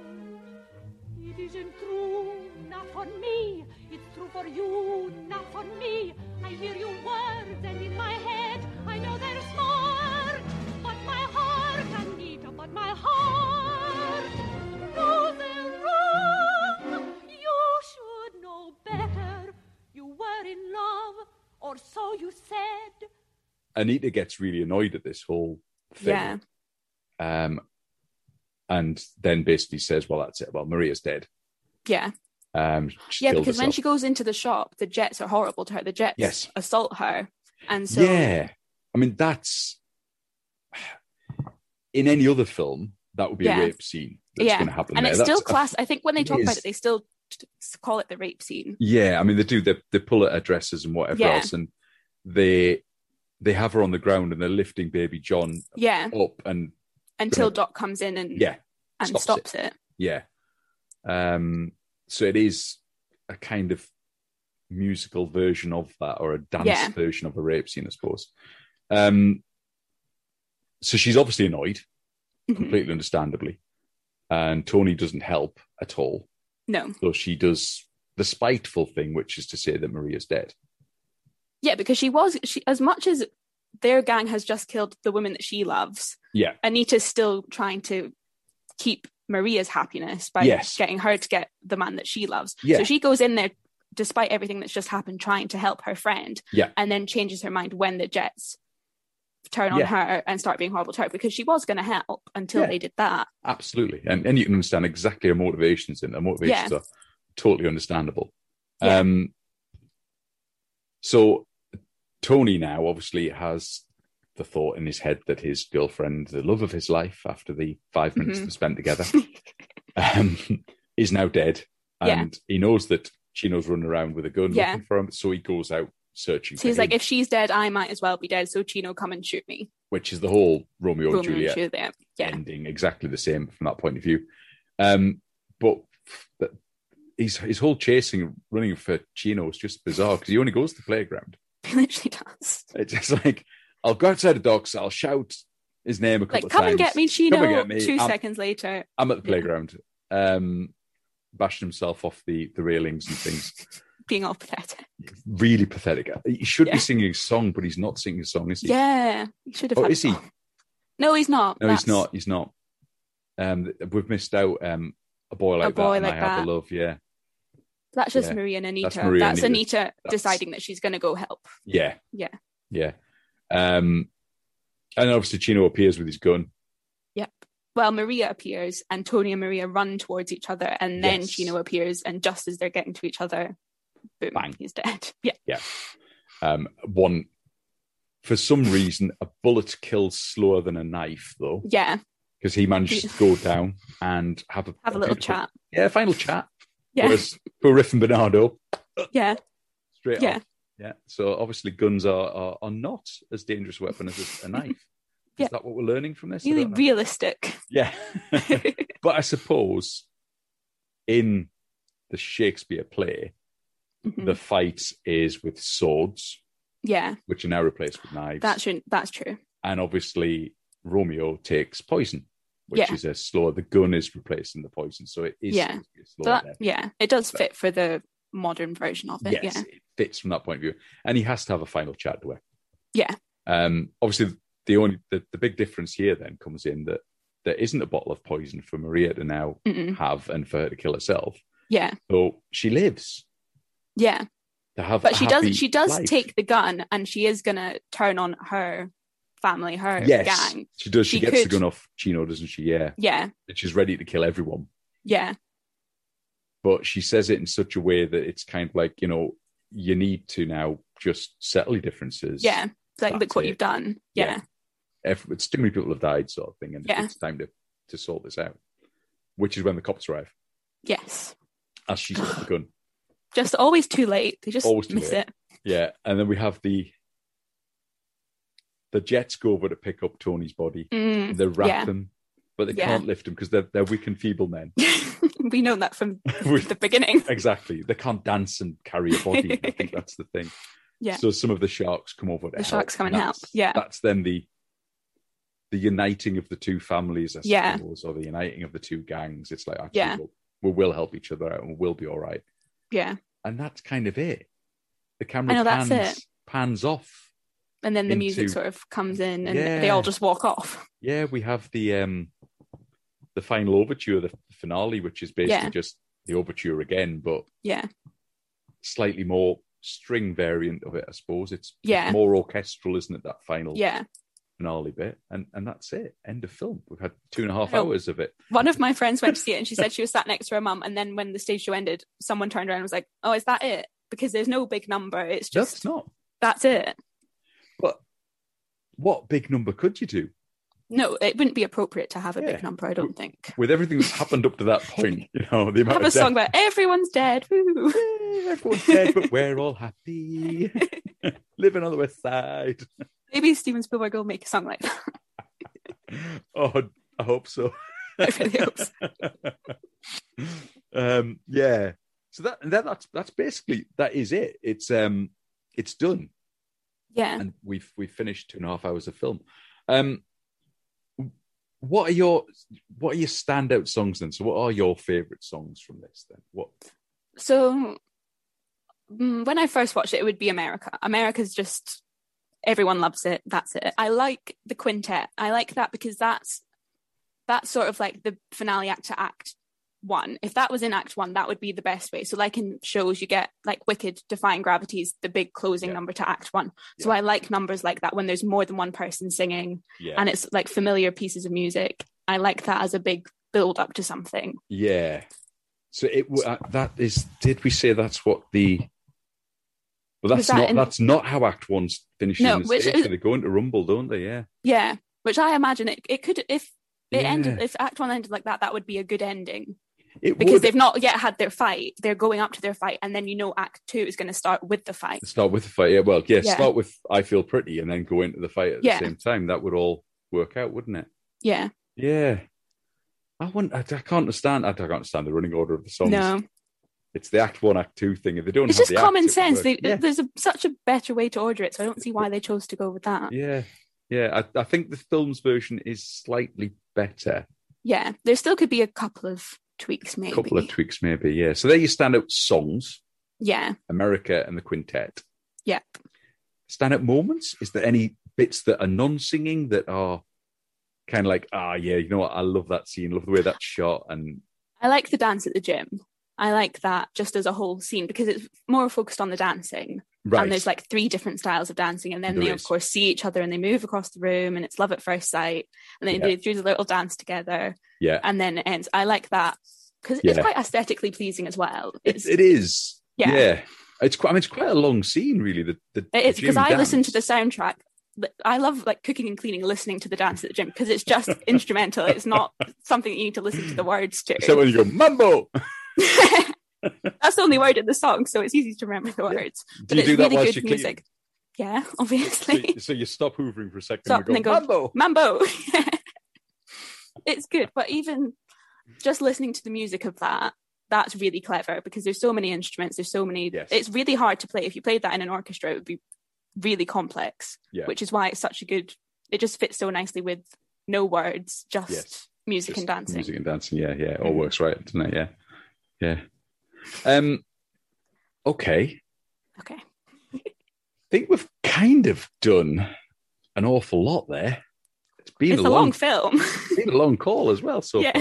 F: It isn't true, not for me. It's true for you, not for me. I hear your words, and in my head, I know there's more. But my heart, Anita, but my heart knows they're wrong. You should know better. You were in love, or so you said.
A: Anita gets really annoyed at this whole thing.
B: yeah.
A: Um, and then basically says, "Well, that's it. Well, Maria's dead."
B: Yeah.
A: Um, she
B: Yeah,
A: killed
B: because when
A: herself.
B: she goes into the shop, the jets are horrible to her. The jets
A: Yes.
B: assault her, and so
A: yeah, I mean that's in any other film that would be
B: Yeah.
A: a rape scene that's
B: Yeah.
A: going to happen.
B: and
A: there.
B: it's still
A: That's a-
B: class. I think when they
A: it
B: talk about
A: is.
B: it, they still t- t- call it the rape scene.
A: Yeah, I mean they do. They they pull at her dresses and whatever
B: Yeah.
A: else, and they they have her on the ground and they're lifting baby John
B: Yeah,
A: up and
B: until
A: Right.
B: Doc comes in and
A: yeah,
B: and
A: stops
B: stops, it.
A: yeah. Um, so it is a kind of musical version of that, or a dance
B: Yeah.
A: version of a rape scene, I suppose. Um, so she's obviously annoyed,
B: Mhm.
A: completely understandably, and Tony doesn't help at all.
B: No,
A: So she does the spiteful thing, which is to say that Maria's dead.
B: yeah, because she was she as much as their gang has just killed the woman that she loves.
A: Yeah.
B: Anita's still trying to keep Maria's happiness by
A: Yes.
B: getting her to get the man that she loves.
A: Yeah.
B: So she goes in there despite everything that's just happened trying to help her friend
A: Yeah.
B: and then changes her mind when the jets turn on
A: Yeah.
B: her and start being horrible to her because she was going to help until
A: Yeah.
B: they did that.
A: Absolutely. And and you can understand exactly her motivations and her motivations are totally understandable.
B: Yeah.
A: Um so Tony now obviously has the thought in his head that his girlfriend, the love of his life after the five minutes
B: Mhm.
A: they spent together, um, is now dead.
B: Yeah.
A: And he knows that Chino's running around with a gun
B: Yeah.
A: looking for him, so he goes out searching
B: So
A: for
B: he's
A: him,
B: like, if she's dead, I might as well be dead. So Chino, come and shoot me.
A: which is the whole Romeo,
B: Romeo
A: and Juliet
B: and Juliet. Yeah.
A: ending exactly the same from that point of view. Um, but th- his his whole chasing, running for Chino is just bizarre because he only goes to the playground.
B: He literally does.
A: It's just like I'll go outside the docks, I'll shout his name a couple
B: Like,
A: of
B: come
A: times.
B: and get me, Chino.
A: get me.
B: 2
A: I'm-
B: seconds later.
A: I'm at the
B: Yeah.
A: playground, um, bashing himself off the the railings and things.
B: Being all pathetic.
A: really pathetic. He should
B: Yeah.
A: be singing a song, but he's not singing a song, is he?
B: Yeah. He should have
A: Oh,
B: had
A: is he?
B: more. No, he's not.
A: No,
B: That's-
A: he's not. He's not. Um, we've missed out. Um, a boy like that.
B: Boy
A: and
B: Like
A: I have
B: That.
A: a love. Yeah.
B: That's just
A: Yeah.
B: Maria and Anita.
A: That's
B: That's,
A: Maria and
B: Anita
A: That's-
B: deciding that she's going to go help.
A: Yeah.
B: Yeah.
A: Yeah. Um, and obviously Chino appears with his gun.
B: Well, Maria appears and Tony and Maria run towards each other, and then
A: Yes.
B: Chino appears, and just as they're getting to each other, boom,
A: Bang.
B: he's dead. Yeah.
A: Um, one, for some reason, a bullet kills slower than a knife, though,
B: Yeah.
A: because he manages to go down and have a
B: Have a little
A: beautiful-
B: chat.
A: Yeah, a final chat.
B: Yeah.
A: Whereas for Riff and Bernardo,
B: Yeah.
A: straight
B: Yeah.
A: off. Yeah. So obviously, guns are, are are not as dangerous a weapon as a, a knife.
B: Yeah.
A: Is that what we're learning from this? I
B: Really
A: don't know.
B: realistic. Mm-hmm.
A: Yeah. but I suppose in the Shakespeare play,
B: Mhm.
A: the fight is with swords,
B: yeah.
A: which are now replaced with knives.
B: That's true. That's true.
A: and obviously, Romeo takes poison, which
B: Yeah.
A: is a slower. The gun is replacing the poison, so it is
B: Yeah.
A: supposed to be a slower
B: So that,
A: death.
B: yeah, it does
A: But-
B: fit for the modern version of it.
A: yes,
B: Yeah.
A: it fits from that point of view. And he has to have a final chat to her.
B: Yeah.
A: Um. Obviously, the only the, the big difference here then comes in that there isn't a bottle of poison for Maria to now
B: Mm-mm.
A: have and for her to kill herself.
B: Yeah.
A: So she lives
B: Yeah.
A: to have.
B: But
A: a
B: she
A: happy
B: does she does
A: life.
B: take the gun and she is gonna turn on her family, her
A: yes,
B: gang.
A: she does. She,
B: She
A: gets the
B: could-
A: gun off Chino, doesn't she? Yeah,
B: Yeah.
A: and she's ready to kill everyone.
B: Yeah.
A: But she says it in such a way that it's kind of like you know you need to now just settle your differences.
B: Yeah. It's Like
A: That's
B: look what
A: it.
B: you've done.
A: Yeah.
B: Yeah.
A: if it's too many people have died, sort of thing, and
B: Yeah.
A: it's time to to sort this out. Which is when the cops arrive
B: Yes.
A: as she's got the gun.
B: Just always too late. They just
A: Always too
B: miss
A: late.
B: it.
A: Yeah, and then we have the the jets go over to pick up Tony's body.
B: Mm.
A: They wrap
B: Yeah.
A: them, but they
B: Yeah.
A: can't lift them because they're they're weak and feeble men.
B: Mm. we know that from
A: We-
B: the beginning.
A: exactly, they can't dance and carry a body. I think that's the thing.
B: Yeah.
A: So some of the sharks come over. To
B: The sharks come and help,
A: that's-
B: yeah.
A: That's then the the uniting of the two families, I
B: Yeah.
A: suppose, or the uniting of the two gangs. It's like, actually,
B: Yeah.
A: we'll, we will help each other out and we'll be all right.
B: Yeah.
A: And that's kind of it. The camera
B: know,
A: pans,
B: that's
A: pans off.
B: And then the music
A: Into-
B: sort of comes in and they
A: Yeah.
B: all just walk off.
A: Yeah, we have the um the final overture, the finale, which is basically
B: Yeah.
A: just the overture again, but
B: Yeah.
A: slightly more string variant of it, I suppose. It's, it's
B: Yeah.
A: more orchestral, isn't it? That final
B: Yeah.
A: finale bit, and and that's it. End of film. We've had two and a half
B: I know.
A: hours of it.
B: One of my friends went to see it and she said she was sat next to her mum. And then when the stage show ended, someone turned around and was like, Oh, is that it? Because there's no big number. It's just
A: That's not
B: that's it.
A: what big number could you do
B: No, it wouldn't be appropriate to have a
A: Yeah.
B: big number, I don't think.
A: with everything that's happened up to that point? You know, the amount
B: Have a
A: of
B: song
A: death-
B: about everyone's dead. Woo.
A: Yeah, everyone's dead, but we're all happy. Living on the west side.
B: Maybe Steven Spielberg will make a song like that.
A: Oh, I hope so.
B: I really hope so.
A: um, yeah. So that, that that's that's basically that is it. It's um it's done.
B: Yeah.
A: and we've we've finished two and a half hours of film. Um, what are your what are your standout songs then? So, what are your favorite songs from this then? What?
B: So mm, when I first watched it, it would be America. America's just everyone loves it that's it i like the quintet i like that because that's that's sort of like the finale act to act one if that was in act one that would be the best way so like in shows you get like wicked defying gravities the big closing
A: Yeah.
B: number to act one so
A: Yeah.
B: i like numbers like that when there's more than one person singing
A: Yeah.
B: and it's like familiar pieces of music i like that as a big build up to something
A: Yeah. So it w- uh, that is. Did we say that's what the? Well,
B: Was
A: that's
B: that
A: not
B: in-
A: that's not how Act One's finishes.
B: No,
A: No,
B: which is-
A: they go into Rumble, don't they? Yeah.
B: yeah which i imagine it, it could if it
A: Yeah.
B: ended if act one ended like that that would be a good ending
A: It
B: because
A: would
B: they've not yet had their fight. They're going up to their fight, and then you know Act Two is going to start with the fight.
A: start with the fight. Yeah. Well, yeah,
B: Yeah.
A: Start with I feel pretty, and then go into the fight at
B: Yeah.
A: the same time. That would all work out, wouldn't it?
B: Yeah,
A: Yeah. I want. I, I can't understand. I, don't understand the running order of the songs.
B: no,
A: It's the Act One, Act Two thing. If they don't,
B: it's
A: have
B: just
A: the acts, it
B: common
A: would
B: sense.
A: work.
B: They,
A: yeah.
B: There's a, such a better way to order it, so I don't see why they chose to go with that. Yeah,
A: yeah. Yeah. I, I think the film's version is slightly better.
B: there still could be a couple of tweaks, maybe.
A: couple of tweaks maybe yeah so there you stand out songs
B: yeah,
A: america and the quintet
B: Yep.
A: stand out moments is there any bits that are non-singing that are kind of like ah yeah you know what i love that scene love the way that's shot and
B: I like the dance at the gym. I like that just as a whole scene because it's more focused on the dancing.
A: right
B: And there's like three different styles of dancing. And then
A: There
B: they,
A: is.
B: of course, see each other and they move across the room and it's love at first sight. And then
A: Yeah.
B: they do the little dance together.
A: yeah
B: and then it ends. I like that because
A: Yeah.
B: it's quite aesthetically pleasing as well.
A: it's,
B: It's
A: it is yeah.
B: Yeah.
A: it's quite i mean it's quite a long scene really the, the the
B: it's because
A: gym
B: I listen to the
A: dance.
B: soundtrack. but I love like cooking and cleaning, listening to the dance at the gym because it's just instrumental. It's not something you need to listen to the words to.
A: so when you go mambo
B: That's the only word in the song, so it's easy to remember the words.
A: do you
B: it's
A: do that
B: really
A: whilst
B: good
A: you're
B: music. Yeah,
A: cleaning?
B: obviously.
A: so, so you stop hoovering for a second
B: Stop
A: and you
B: and
A: go,
B: then
A: mambo
B: Mambo. it's good, but even just listening to the music of that, that's really clever because there's so many instruments, there's so many.
A: Yes.
B: It's really hard to play. If you played that in an orchestra, it would be really complex,
A: Yeah.
B: which is why it's such a good. It just fits so nicely with no words, just
A: Yes.
B: music and
A: Just
B: dancing. Mm-hmm.
A: Music and dancing, yeah, yeah. It all works right, doesn't it? Yeah. Yeah. Um okay.
B: Okay.
A: I think we've kind of done an awful lot there. It's been
B: It's
A: a
B: a
A: long,
B: long film.
A: it's been a long call as well. So
B: yeah.